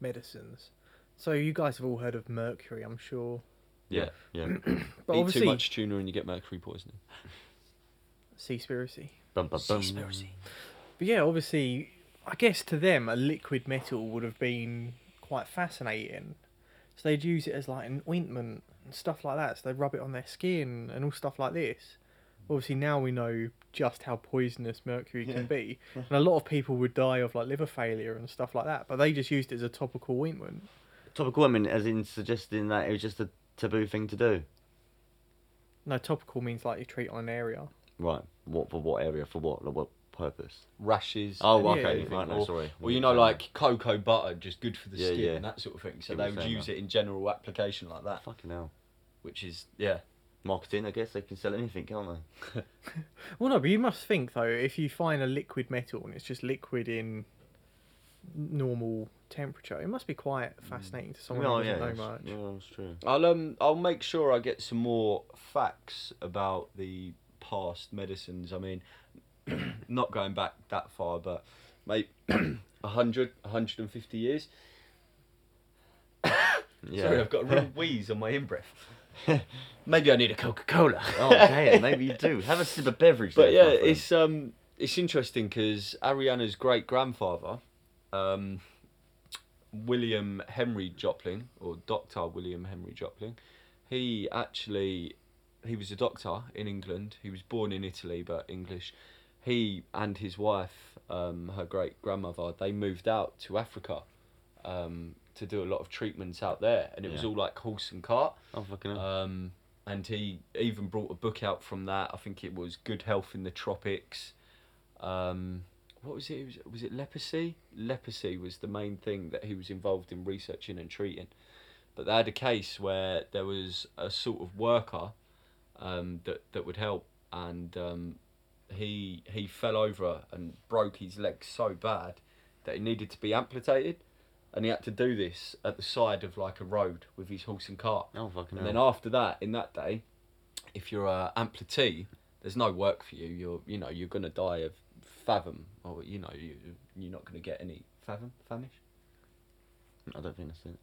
C: medicines. So you guys have all heard of mercury, I'm sure.
A: Yeah.
D: Yeah.
C: But
A: Eat
C: obviously,
A: too much tuna and you get mercury poisoning.
C: seaspiracy.
D: Bum, bum, bum.
C: But yeah, obviously, I guess to them a liquid metal would have been quite fascinating. So they'd use it as like an ointment and stuff like that. So they'd rub it on their skin and all stuff like this. Obviously, now we know just how poisonous mercury
D: Yeah.
C: can be, and a lot of people would die of like liver failure and stuff like that. But they just used it as a topical ointment.
D: Topical women, as in suggesting that it was just a taboo thing to do.
C: No, topical means like you treat on an area.
D: Right. What for? What area? For what? Like, what purpose?
A: Rashes.
D: Oh,
C: Yeah,
D: okay.
A: anything,
D: Right. No,
A: or-
D: sorry.
A: Well, you know, like cocoa butter, just good for the
D: Yeah,
A: skin
D: yeah.
A: and that sort of thing. So
D: Give
A: they
D: me
A: would
D: fame,
A: use
D: man.
A: it in general application like that,
D: Ah, fucking hell.
A: which is yeah.
D: Marketing. I guess they can sell anything, can't they?
C: Well, no, but you must think though, if you find a liquid metal and it's just liquid in normal temperature, it must be quite fascinating to
A: Oh,
C: someone
D: no,
C: who
D: Oh, yeah.
C: doesn't
D: That's,
C: know much.
D: yeah, that's true.
A: I'll um I'll make sure I get some more facts about the past medicines. I mean, not going back that far, but maybe 100, 150 years.
D: Yeah.
A: Sorry, I've got a real wheeze on my in breath. maybe I need a Coca Cola.
D: oh, okay. Maybe you do. Have a sip of beverage.
A: But
D: there,
A: yeah,
D: my friend.
A: it's um, it's interesting because Ariana's great grandfather, um, William Henry Joplin or Doctor William Henry Joplin, he actually he was a doctor in England. He was born in Italy but English. He and his wife, um, her great grandmother, they moved out to Africa. Um, to do a lot of treatments out there, and it was
D: Yeah.
A: all like horse and cart.
D: Oh fucking hell.
A: Um, and he even brought a book out from that. I think it was Good Health in the Tropics. Um, what was it? was, was it leprosy? Leprosy was the main thing that he was involved in researching and treating. But they had a case where there was a sort of worker um, that that would help, and um, he he fell over and broke his leg so bad that he needed to be amputated, and he had to do this at the side of like a road with his horse and cart.
D: oh fucking
A: And
D: hell.
A: then after that, in that day, if you're a amputee, there's no work for you. You're you know you're gonna die of fathom, or you know you you're not gonna get any fathom famish
D: I don't think that's it.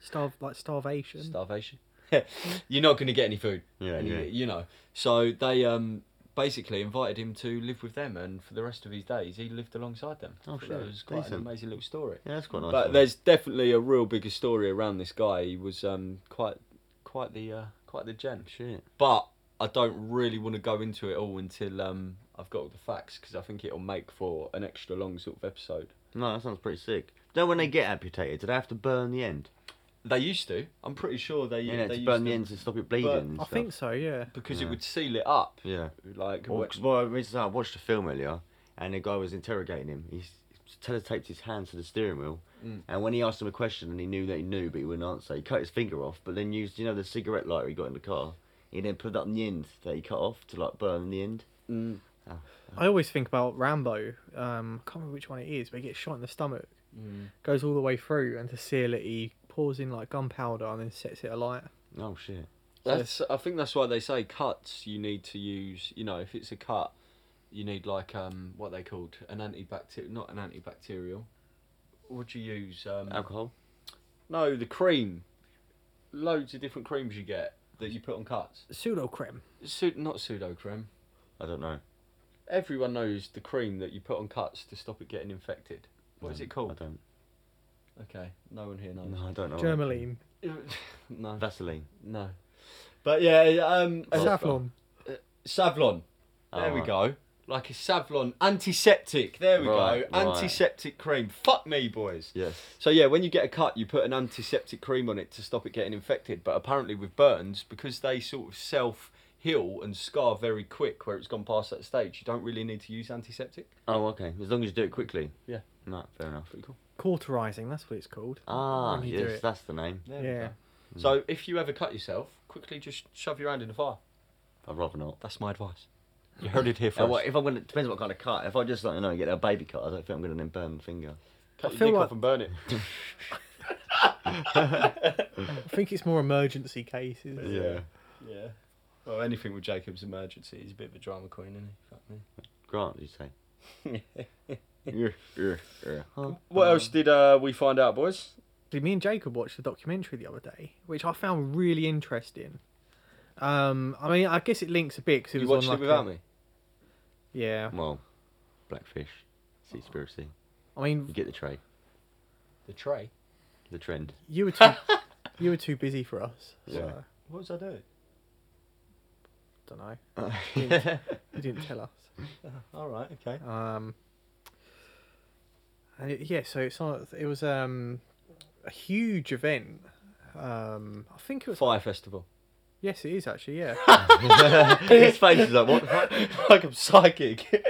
C: Starve like starvation.
A: starvation. you're not gonna get any food.
D: Yeah.
A: and you-
D: Anyway.
A: You know. So they um basically invited him to live with them, and for the rest of his days, he lived alongside them.
D: Oh,
A: So
D: shit.
A: It was quite
D: Decent.
A: an amazing little story.
D: Yeah, that's quite nice.
A: but
D: one.
A: there's definitely a real bigger story around this guy. He was um quite quite the uh, quite the gent.
D: shit.
A: but I don't really want to go into it all until um, I've got all the facts because I think it'll make for an extra long sort of episode.
D: No, that sounds pretty sick. Then when they get amputated, do they have to burn the end?
A: They used to. I'm pretty sure they,
D: you know, to
A: they used
D: burn the
A: to-
D: ends and stop it bleeding.
A: But
D: and
C: I
D: stuff.
C: think so, yeah.
A: because it
D: Yeah.
A: would seal it up.
D: Yeah.
A: Like
D: Well,
A: wet-
D: 'cause well, reason I watched a film earlier, and the guy was interrogating him. He s- teletaped his hands to the steering wheel,
A: Mm.
D: and when he asked him a question, and he knew that he knew, but he wouldn't answer. He cut his finger off, but then used you know the cigarette lighter he got in the car. He then put it up in the end that he cut off to like burn the end.
A: Mm.
C: I always think about Rambo. Um, I can't remember which one it is, but he gets shot in the stomach,
A: Mm.
C: goes all the way through, and to seal it, he pours in like gunpowder and then sets it alight.
D: Oh shit!
A: That's. I think that's why they say cuts. You need to use. You know, if it's a cut, you need like um what are they called an antibacterial, not an antibacterial. What do you use? Um,
D: Alcohol.
A: no, the cream. Loads of different creams you get that you put on cuts.
C: Pseudo creme.
A: Pseu- not pseudo cream.
D: I don't know.
A: Everyone knows the cream that you put on cuts to stop it getting infected. What is
D: No,
A: it
D: Um, I
A: called?
D: don't.
A: Okay, no one here knows.
D: No, I don't know.
C: Germaline.
A: No, no.
D: Vaseline.
A: But yeah, um,
D: Oh.
C: Safflon.
A: Savlon. There
D: Oh,
A: we
D: right.
A: go. Like a Savlon antiseptic. There we
D: Right,
A: go.
D: right.
A: Antiseptic cream. Fuck me, boys.
D: Yes.
A: So yeah, when you get a cut, you put an antiseptic cream on it to stop it getting infected. But apparently with burns, because they sort of self heal and scar very quick where it's gone past that stage, you don't really need to use antiseptic.
D: Oh okay. As long as you do it quickly.
A: Yeah.
D: No, fair enough.
A: Pretty cool.
C: Cauterizing, that's what it's called.
D: Ah,
C: When you do
D: yes,
C: it.
D: that's the name.
A: There
C: Yeah.
A: we go. So if you ever cut yourself, quickly just shove your hand in the fire.
D: I'd rather not.
A: That's my advice. You heard it here
D: Uh,
A: first.
D: well, if I'm gonna depends what kind of cut. If I just like you know get a baby cut, I don't think I'm gonna then burn my finger.
A: Cut
C: I
A: your
C: feel
A: dick
C: like-
A: off and burn it.
C: I think it's more emergency cases.
A: yeah. Well, anything with Jacob's emergency, he's a bit of a drama queen, isn't he? Fuck me.
D: Grant, you say. yeah, yeah, yeah.
A: What else did uh, we find out, boys?
C: actually, me and Jacob watched a documentary the other day, which I found really interesting. Um, I mean, I guess it links a bit because it
A: You
C: was
A: watched
C: on
A: it
C: like
A: without
C: a-
A: me.
C: Yeah,
D: Well, Blackfish, Seaspiracy.
C: I mean,
D: You
A: Mm.
D: get the tray,
A: The tray.
D: the trend.
C: you were too, you were too busy for us. So,
D: Yeah.
A: What was I doing?
C: don't know.
D: yeah.
C: You didn't tell us.
A: All right. Okay.
C: Um, and it, yeah, so it's on. It was um, a huge event. Um, I think it was.
A: Fire festival.
C: Yes, it is actually. Yeah.
D: His face is like, what the fuck?
A: like I'm psychic.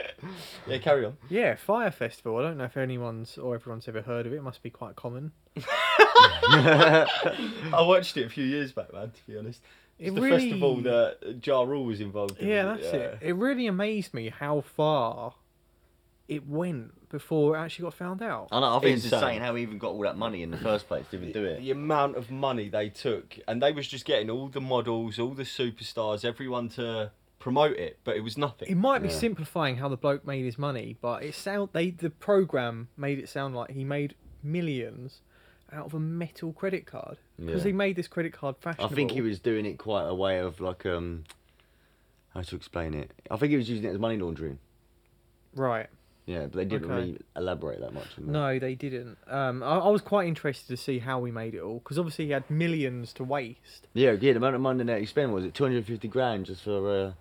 A: yeah, carry on.
C: yeah, Fire Festival. I don't know if anyone's or everyone's ever heard of it. It must be quite common.
A: I watched it a few years back, man. To be honest, it's
C: It
A: the
C: really-
A: festival that Ja Rule was involved in.
C: Yeah, that's it. It really amazed me how far it went before it actually got found out.
D: I know. I think it's
A: Insane.
D: insane how he even got all that money in the first place to even do it.
A: The amount of money they took, and they was just getting all the models, all the superstars, everyone to promote it, but it was nothing.
C: It might be
D: Yeah.
C: simplifying how the bloke made his money, but it sound they the program made it sound like he made millions out of a metal credit card because
D: Yeah.
C: he made this credit card
D: I
C: fashionable.
D: think he was doing it quite a way of like um, how to explain it. I think he was using it as money laundering.
C: right.
D: Yeah, but they didn't
C: Okay.
D: really elaborate that much. On that.
C: No, they didn't. Um, I, I was quite interested to see how we made it all because obviously he had millions to waste.
D: Yeah, yeah. The amount of money that he spent was it two hundred and fifty grand just for uh,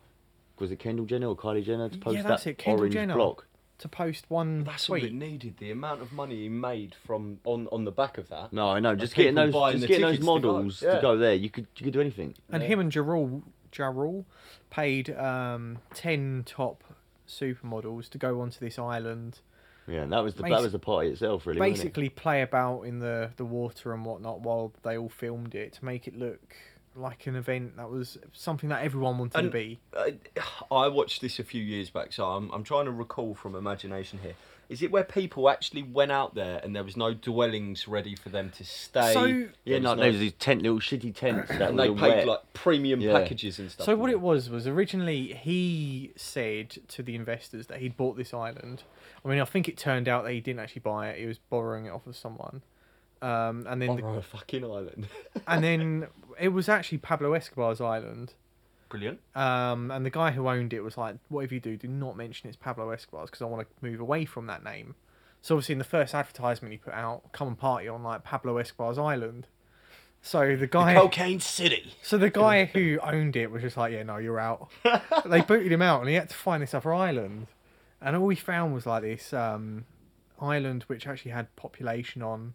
D: was it Kendall Jenner or Kylie Jenner to
C: Yeah,
D: post
C: that's
D: that
C: it, Kendall
D: orange
C: Jenner.
D: block?
C: To post one
A: That's all
C: tweet,
A: it needed. The amount of money he made from on on the back of that.
D: No, I know. Just
A: people
D: getting those,
A: buying
D: just
A: the
D: getting those
A: tickets to go,
D: models to go,
A: yeah.
D: there. You could, you could do anything.
C: and
A: Yeah.
C: him and Jarul Jarul paid um, ten top supermodels to go onto this island
D: Yeah, that was the
C: Basi-
D: that was the party itself, really. wasn't it?
C: basically play about in the the water and whatnot while they all filmed it to make it look like an event that was something that everyone wanted to
A: And-
C: be.
A: I, Uh, I watched this a few years back, so I'm, I'm trying to recall from imagination here. Is it where people actually went out there and there was no dwellings ready for them to stay?
C: So-
A: There
D: Yeah,
A: was
D: no,
A: no-
D: there was these tent, little shitty tents that
A: and
D: were
A: they
D: all
A: paid
D: wet.
A: like premium
D: Yeah.
A: packages and stuff.
C: So what it was was originally he said to the investors that he'd bought this island. I mean, I think it turned out that he didn't actually buy it; he was borrowing it off of someone. Um, and then,
A: on
C: the,
A: a fucking island.
C: and then it was actually Pablo Escobar's island.
A: Brilliant.
C: Um, and the guy who owned it was like, "Whatever you do, do not mention it's Pablo Escobar's because I want to move away from that name." So obviously, in the first advertisement he put out, "Come and party on like Pablo Escobar's Island." So the guy,
A: Cocaine City.
C: so the guy who owned it was just like, "Yeah, no, you're out." they booted him out, and he had to find this other island. And all he found was like this um, island which actually had population on,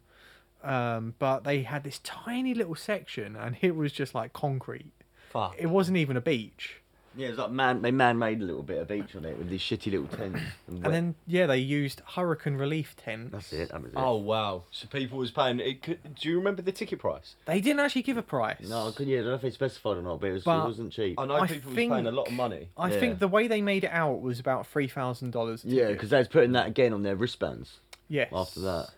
C: um, but they had this tiny little section, and it was just like concrete.
A: Fuck.
C: It wasn't even a beach.
D: Yeah, it was like man, they man-made a little bit of beach on it with these shitty little tents. And, wet-
C: And then yeah, they used hurricane relief tents.
D: that's it. That was it.
A: Oh wow! So people was paying. It could, do you remember the ticket price?
C: They didn't actually give a price.
D: No, I couldn't. Yeah, I don't know if it's specified or not, but it, was,
C: But-
D: it wasn't cheap.
A: I know
C: I
A: people
C: think-
A: was paying a lot of money.
C: I
D: Yeah.
C: think the way they made it out was about three thousand dollars.
D: Yeah, because they was putting that again on their wristbands
C: yes.
D: after that.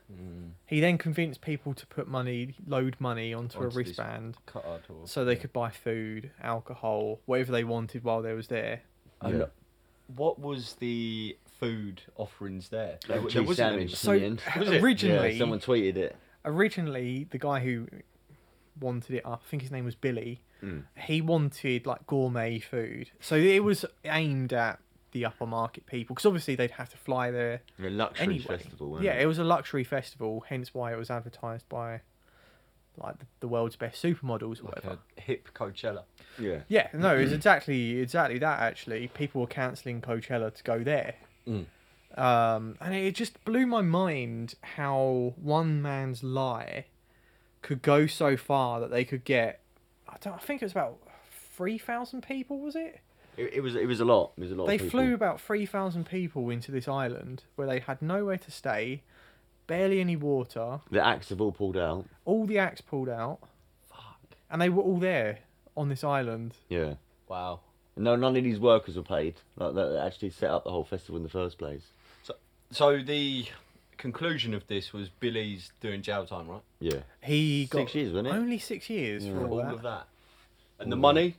C: he then convinced people to put money, load money onto, a
A: Onto this-
C: wristband,
A: Cut out or
C: so they could buy food, alcohol, whatever they wanted while they was there.
A: And
D: Yeah.
A: What was the food offerings there? There,
D: Like
A: wa-
D: cheese
A: wasn't any.
D: sandwich.
C: So
D: the end.
A: Was it?
C: originally,
D: Yeah, someone tweeted it.
C: originally the guy who wanted it up, I think his name was Billy.
D: Mm.
C: He wanted like gourmet food, so it was aimed at the upper market people because obviously they'd have to fly there
D: A luxury
C: anyway.
D: festival. wasn't
C: yeah,
D: it?
C: it was a luxury festival, hence why it was advertised by like the, the world's best supermodels or
A: Like
C: whatever.
A: a hip Coachella.
D: yeah.
C: Yeah, no, it's exactly exactly that. Actually, people were cancelling Coachella to go there,
D: Mm.
C: um, and it just blew my mind how one man's lie could go so far that they could get. I don't. I think it was about three thousand people. Was it?
D: It, it was. It was a lot. It was a lot.
C: They
D: of people.
C: flew about three thousand people into this island where they had nowhere to stay, barely any water.
D: The acts have all pulled out.
C: all the acts pulled out,
A: Fuck.
C: and they were all there on this island.
D: Yeah.
A: Wow.
D: No, none of these workers were paid. Like that actually set up the whole festival in the first place.
A: So the conclusion of this was Billy's doing jail time, right?
D: Yeah.
C: He got
D: Six years, wasn't it?
C: only six years for all,
A: All
C: that.
A: of that. And the
D: All
A: money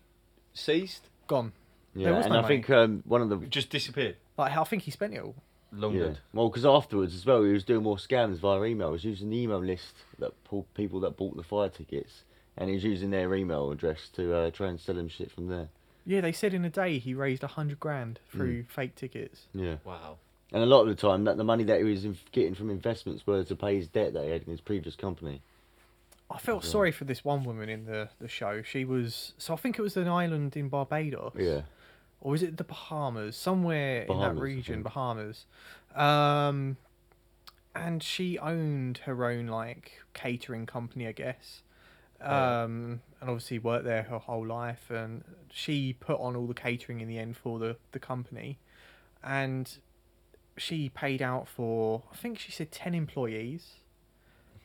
A: ceased,
C: Gone.
D: Yeah.
C: There was
D: and
C: no
D: I
C: money.
D: think um, one of the
A: just disappeared.
C: Like I think he spent it all.
D: Yeah.
A: laundered.
D: Well, because afterwards as well, he was doing more scams via email. He was using the email list that pulled people that bought the fire tickets, and he was using their email address to uh, try and sell them shit from there.
C: Yeah, they said in a day he raised a hundred grand
D: Mm.
C: through fake tickets.
D: Yeah.
B: Wow.
D: And a lot of the time, that the money that he was in- getting from investments were to pay his debt that he had in his previous company.
C: I felt sorry for this one woman in the, the show. She was so I think it was an island in Barbados.
D: Yeah.
C: Or was it the Bahamas? Somewhere in
D: Bahamas,
C: that
D: I
C: region,
D: think.
C: Bahamas. Um and she owned her own like catering company, I guess.
D: Oh,
A: Yeah.
C: Um and obviously worked there her whole life and she put on all the catering in the end for the, the company. And she paid out for I think she said ten employees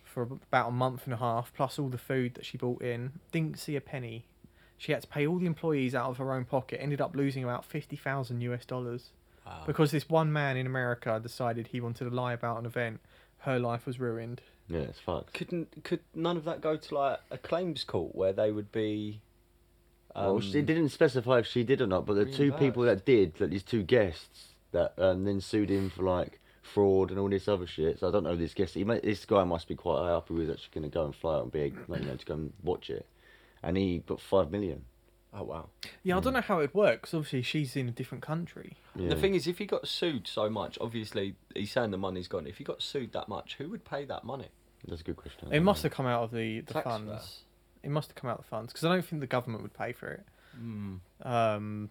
C: for ab- about a month and a half, plus all the food that she bought in. Didn't see a penny. She had to pay all the employees out of her own pocket. Ended up losing about fifty thousand US dollars
B: Wow.
C: because this one man in America decided he wanted to lie about an event. Her life was ruined.
D: Yeah, it's fucked.
A: Couldn't could none of that go to like a claims court where they would be?
D: well, she didn't specify if she did or not, but the two people that did, like these two guests, that um, then sued him for like fraud and all this other shit. So I don't know this guest. He may, this guy must be quite high up. Who is actually going to go and fly out and be like, you know, to go and watch it. And he got five million.
A: Oh wow.
C: Yeah, I don't know how it works. Obviously, she's in a different country.
D: Yeah.
A: The thing is, if he got sued so much, obviously he's saying the money's gone. If he got sued that much, who would pay that money?
D: that's a good question.
C: It must have come out of the, the
A: Taxpayer.
C: funds. It must have come out of the funds because I don't think the government would pay for it. Um,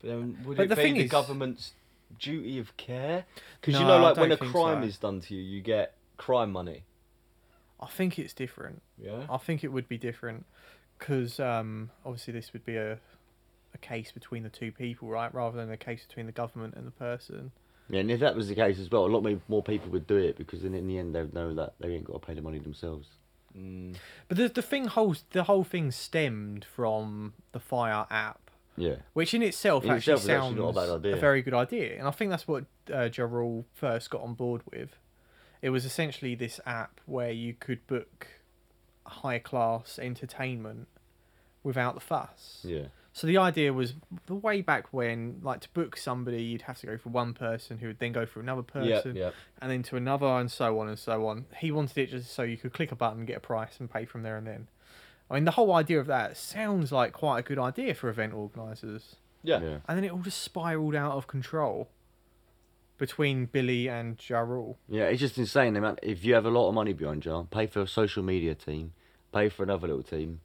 A: But then would
C: But
A: it
C: the
A: be
C: thing
A: the
C: is-
A: government's duty of care? Because you
C: No,
A: know,
C: I
A: like when a
C: don't think
A: crime
C: so.
A: is done to you, you get crime money.
C: I think it's different.
A: Yeah.
C: I think it would be different because um, obviously this would be a a case between the two people, right? Rather than a case between the government and the person.
D: Yeah, and if that was the case as well, a lot mo- more people would do it because then in the end they'd know that they ain't got to pay the money themselves.
A: Mm.
C: But the the thing whole the whole thing stemmed from the Fire app,
D: Yeah.
C: which in itself
D: In
C: actually
D: itself is actually
C: sounds
D: not a bad idea.
C: very good idea, and I think that's what uh, Ja Rule first got on board with. It was essentially this app where you could book high class entertainment without the fuss.
D: Yeah.
C: So the idea was the way back when, like to book somebody, you'd have to go for one person who would then go for another
A: Yeah.
C: person
A: Yeah.
C: and then to another and so on and so on. He wanted it just so you could click a button, get a price, and pay from there and then. I mean, the whole idea of that sounds like quite a good idea for event organisers.
A: Yeah.
D: Yeah.
C: And then it all just spiraled out of control between Billy and Ja Rule.
D: Yeah, it's just insane. the amount if you have a lot of money behind you, pay for a social media team, pay for another little team,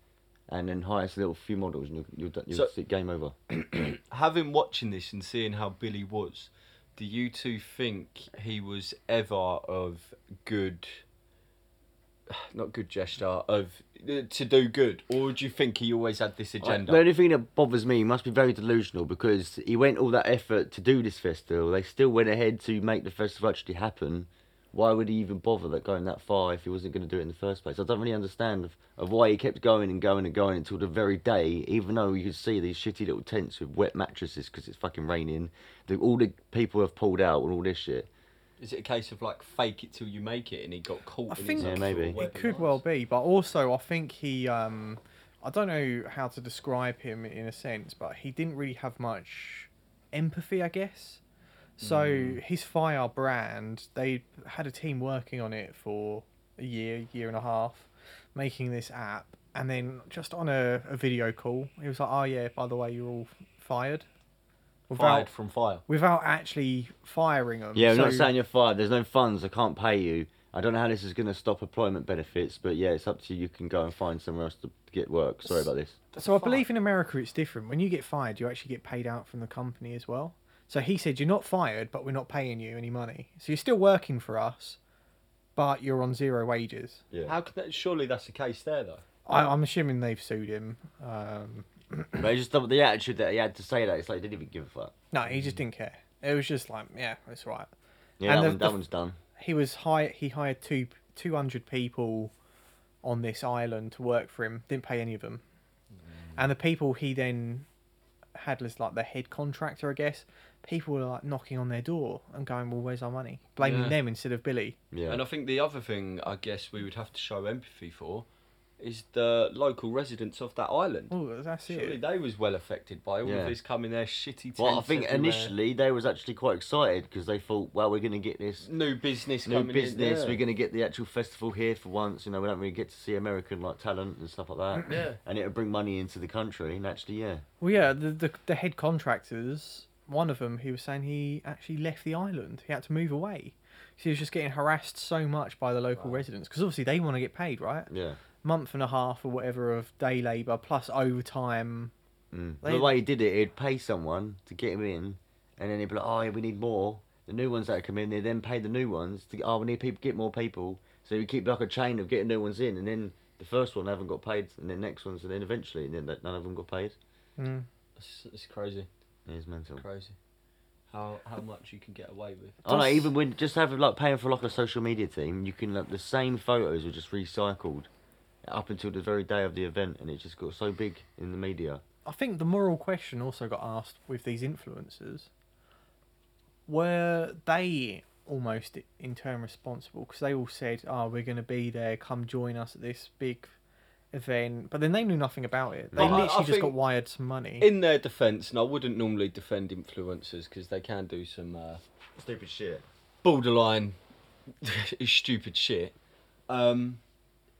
D: and then hire a little few models, and you'll, you'll, do- you'll
A: So-
D: sit game over.
A: Having watching this and seeing how Billy was, do you two think he was ever of good? Not good gesture of uh, to do good, or do you think he always had this agenda?
D: The only thing that bothers me he must be very delusional because he went all that effort to do this festival. They still went ahead to make the festival actually happen. Why would he even bother that going that far if he wasn't going to do it in the first place? I don't really understand of, of why he kept going and going and going until the very day, even though you could see these shitty little tents with wet mattresses because it's fucking raining. The, all the people have pulled out and all this shit.
A: Is it a case of like fake it till you make it, and he got caught?
C: I
A: in
C: think-
A: his
D: Yeah, maybe. It
C: It could well be, but also I think he, um, I don't know how to describe him in a sense, but he didn't really have much empathy, I guess. So
D: Mm.
C: his fire brand, they had a team working on it for a year, year and a half, making this app, and then just on a, a video call, he was like, "Oh yeah, by the way, you're all fired."
A: fired from fire.
C: without actually firing them.
D: Yeah, I'm
C: so,
D: not saying you're fired. There's no funds. I can't pay you. I don't know how this is going to stop employment benefits, but yeah, it's up to you. You can go and find somewhere else to get work. Sorry about this.
C: So I believe in America it's different. When you get fired, you actually get paid out from the company as well. So he said you're not fired, but we're not paying you any money. So you're still working for us, but you're on zero wages.
D: Yeah.
A: How can that? Surely that's the case there though.
C: I, I'm assuming they've sued him. Um,
D: But it's just the, the attitude that he had to say that it's like he didn't even give a fuck.
C: no, he just didn't care. It was just like, yeah, that's right.
D: Yeah, that,
C: And the-
D: one,
C: the-
D: that one's done.
C: He was hired. He hired two two hundred people on this island to work for him. Didn't pay any of them.
A: Mm.
C: And the people he then had as like the head contractor, I guess. People were like knocking on their door and going, "Well, where's our money?" Blaming
A: Yeah.
C: them instead of Billy.
D: Yeah.
A: And I think the other thing I guess we would have to show empathy for is the local residents of that island.
C: Oh, that's
A: Surely
C: it.
A: they was well affected by all
D: Yeah.
A: of this coming their shitty.
D: Well, I
A: tents
D: think
A: everywhere.
D: initially they was actually quite excited because they thought, well, we're going to get this
A: new business,
D: new
A: coming
D: business.
A: In, yeah.
D: We're going to get the actual festival here for once. You know, we don't really get to see American like talent and stuff like that.
B: Yeah.
D: And it'll bring money into the country. And actually, yeah,
C: Well, yeah, the, the the head contractors. One of them, he was saying he actually left the island. He had to move away. 'Cause He was just getting harassed so much by the local residents because obviously they want to get paid, right?
D: yeah.
C: Month and a half or whatever of day labour plus overtime.
D: Mm.
C: They-
D: The way he did it, he'd pay someone to get him in, and then he'd be like, "Oh, yeah, we need more." The new ones that come in, they then pay the new ones to "Oh, we need people, get more people." So you keep like a chain of getting new ones in, and then the first one haven't got paid, and then next ones, and then eventually, and then that- none of them got paid.
C: Mm.
B: It's, it's crazy,
D: It's mental.
B: crazy. How how much you can get away with?
D: I know.
C: Does-
D: Oh, Even when just having like paying for like a social media team, you can like the same photos are just recycled up until the very day of the event, and it just got so big in the media.
C: I think the moral question also got asked with these influencers. Were they almost in turn responsible? Because they all said, "Oh, we're going to be there. Come join us at this big event," but then they knew nothing about it. They
A: Well, I-
C: literally
A: I
C: just got
A: think-
C: wired some money.
A: In their defence, and I wouldn't normally defend influencers because they can do some uh,
D: Stupid shit.
A: borderline stupid shit. Um,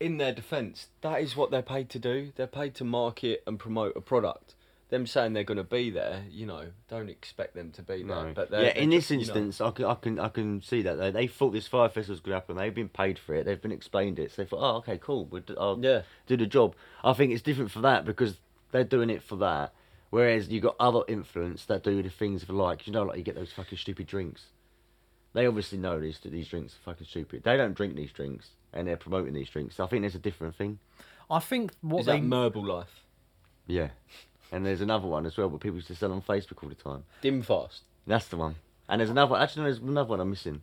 A: in their defence, that is what they're paid to do. They're paid to market and promote a product. Them saying they're going to be there, you know, don't expect them to be there.
D: No.
A: But they're,
D: yeah, in
A: they're
D: this
A: just, you know-
D: instance, I, can, I can I can see that they, they thought this fire festival was going to happen. They've been paid for it. They've been explained it. So they thought, oh, okay, cool. We'll do, I'll
A: Yeah.
D: do the job. I think it's different for that because they're doing it for that. Whereas you got other influence that do the things for like you know, like you get those fucking stupid drinks. They obviously know these these drinks are fucking stupid. They don't drink these drinks, and they're promoting these drinks. So I think there's a different thing.
C: I think what
A: is
C: they
A: that Merble Life?
D: Yeah. And there's another one as well, but people used to sell on Facebook all the time.
A: Dimfast.
D: That's the one. And there's another. Actually, no, there's another one I'm missing.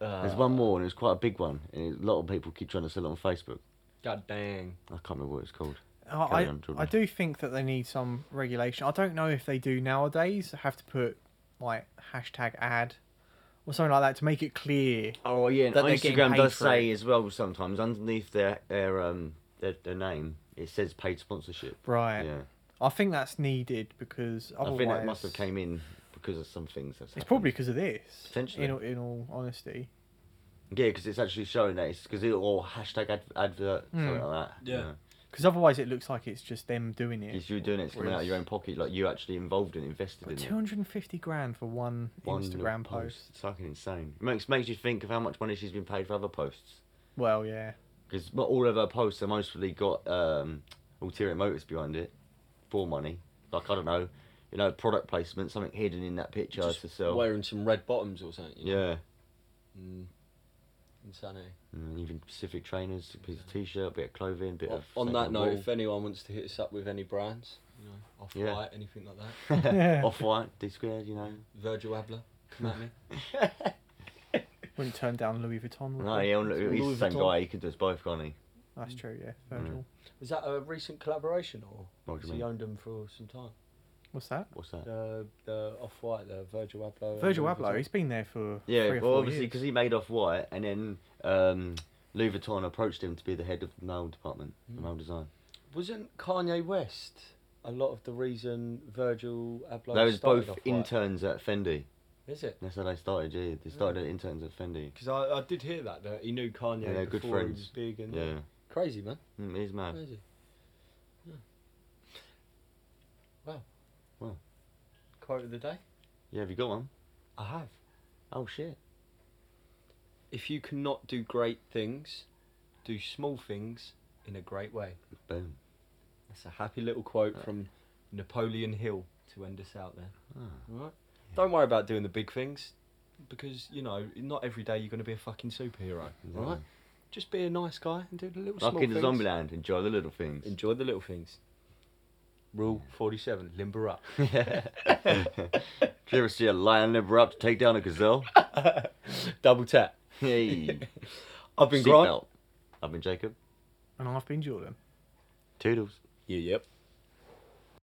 A: Uh,
D: There's one more, and it was quite a big one, and a lot of people keep trying to sell it on Facebook.
A: God dang.
D: I can't remember what it's called.
C: I,
D: Carry
C: Uh, I-
D: on, Jordan.
C: I do think that they need some regulation. I don't know if they do nowadays. Have to put like hashtag ad or something like that to make it clear.
D: Oh yeah, and
C: That they're getting
D: Instagram
C: paid
D: does
C: for
D: say as well sometimes underneath their their um their, their name it says paid sponsorship.
C: Right.
D: Yeah,
C: I think that's needed because
D: I
C: otherwise
D: think that must have came in because of some things. That's
C: It's
D: happened.
C: probably because of this.
D: Potentially.
C: In all, in all honesty.
D: yeah, because it's actually showing that it's because it or hashtag ad, advert something
C: Hmm.
D: like that.
A: Yeah.
C: Because otherwise it looks like it's just them doing it.
D: It's you doing it, it's coming out of your own pocket, like you actually involved and invested
C: But
D: in it.
C: 250 grand for one,
D: One
C: Instagram post.
D: It's fucking insane. It makes makes you think of how much money she's been paid for other posts.
C: Well, yeah.
D: because all of her posts are mostly got um, ulterior motives behind it for money. Like I don't know, you know, product placement, something hidden in that picture
A: Just
D: to sell.
A: Wearing some red bottoms or something. you know?
D: Yeah,
A: Mm. Insanity.
D: and Mm, even specific trainers, a piece of t-shirt, bit of clothing, bit of.
A: on
D: something
A: that note,
D: wall.
A: if anyone wants to hit us up with any brands, you know, off white,
D: Yeah.
A: anything like that,
C: Yeah.
D: off white, D squared, you know.
A: Virgil Abloh, come at me.
C: Wouldn't turn down Louis Vuitton. would
D: No,
C: they?
D: yeah, look, he's
A: Louis
D: the same
A: Vuitton.
D: guy. Mm. He can do us both, can't he?
C: That's true, yeah. Virgil.
A: Was that a recent collaboration or
D: What do
A: has
D: you
A: he
D: mean?
A: owned them for some time?
C: What's that?
D: What's that?
A: The the off white, the Virgil Abloh. and
C: Virgil
A: Louis
C: Abloh,
A: Vuitton.
C: he's been there for three
D: Yeah,
C: or
D: well,
C: four
D: obviously
C: years.
D: because he made off white, and then um, Louis Vuitton approached him to be the head of the male department,
A: Mm.
D: the male design.
A: Wasn't Kanye West a lot of the reason Virgil Abloh?
D: they was
A: started
D: both
A: Off-White?
D: interns at Fendi.
A: Is it?
D: That's how they started, yeah. They started in terms of Fendi.
A: Because I, I did hear that that he knew Kanye
D: Yeah, they're
A: before
D: good
A: he
D: friends.
A: was big and
D: Yeah.
A: crazy man,
D: Mm, he's mad.
A: crazy. Yeah. Wow.
D: Wow.
A: Quote of the day.
D: Yeah, have you got one?
A: I have.
D: Oh, shit.
A: If you cannot do great things, do small things in a great way.
D: Boom.
A: That's a happy little quote from Napoleon Hill to end us out there.
D: Ah.
A: Alright? Don't worry about doing the big things because, you know, not every day you're going to be a fucking superhero.
D: No.
A: Alright? Just be a nice guy and do the little small
D: Like in the
A: things.
D: Zombieland, enjoy the little things.
A: Enjoy the little things. Rule 47 Limber up.
D: Did you ever see a lion liver up to take down a gazelle?
A: Double tap.
D: hey.
A: I've been
D: Seatbelt.
A: Grant.
D: I've been Jacob.
C: And I've been Jordan.
D: Toodles.
A: Yeah, yep.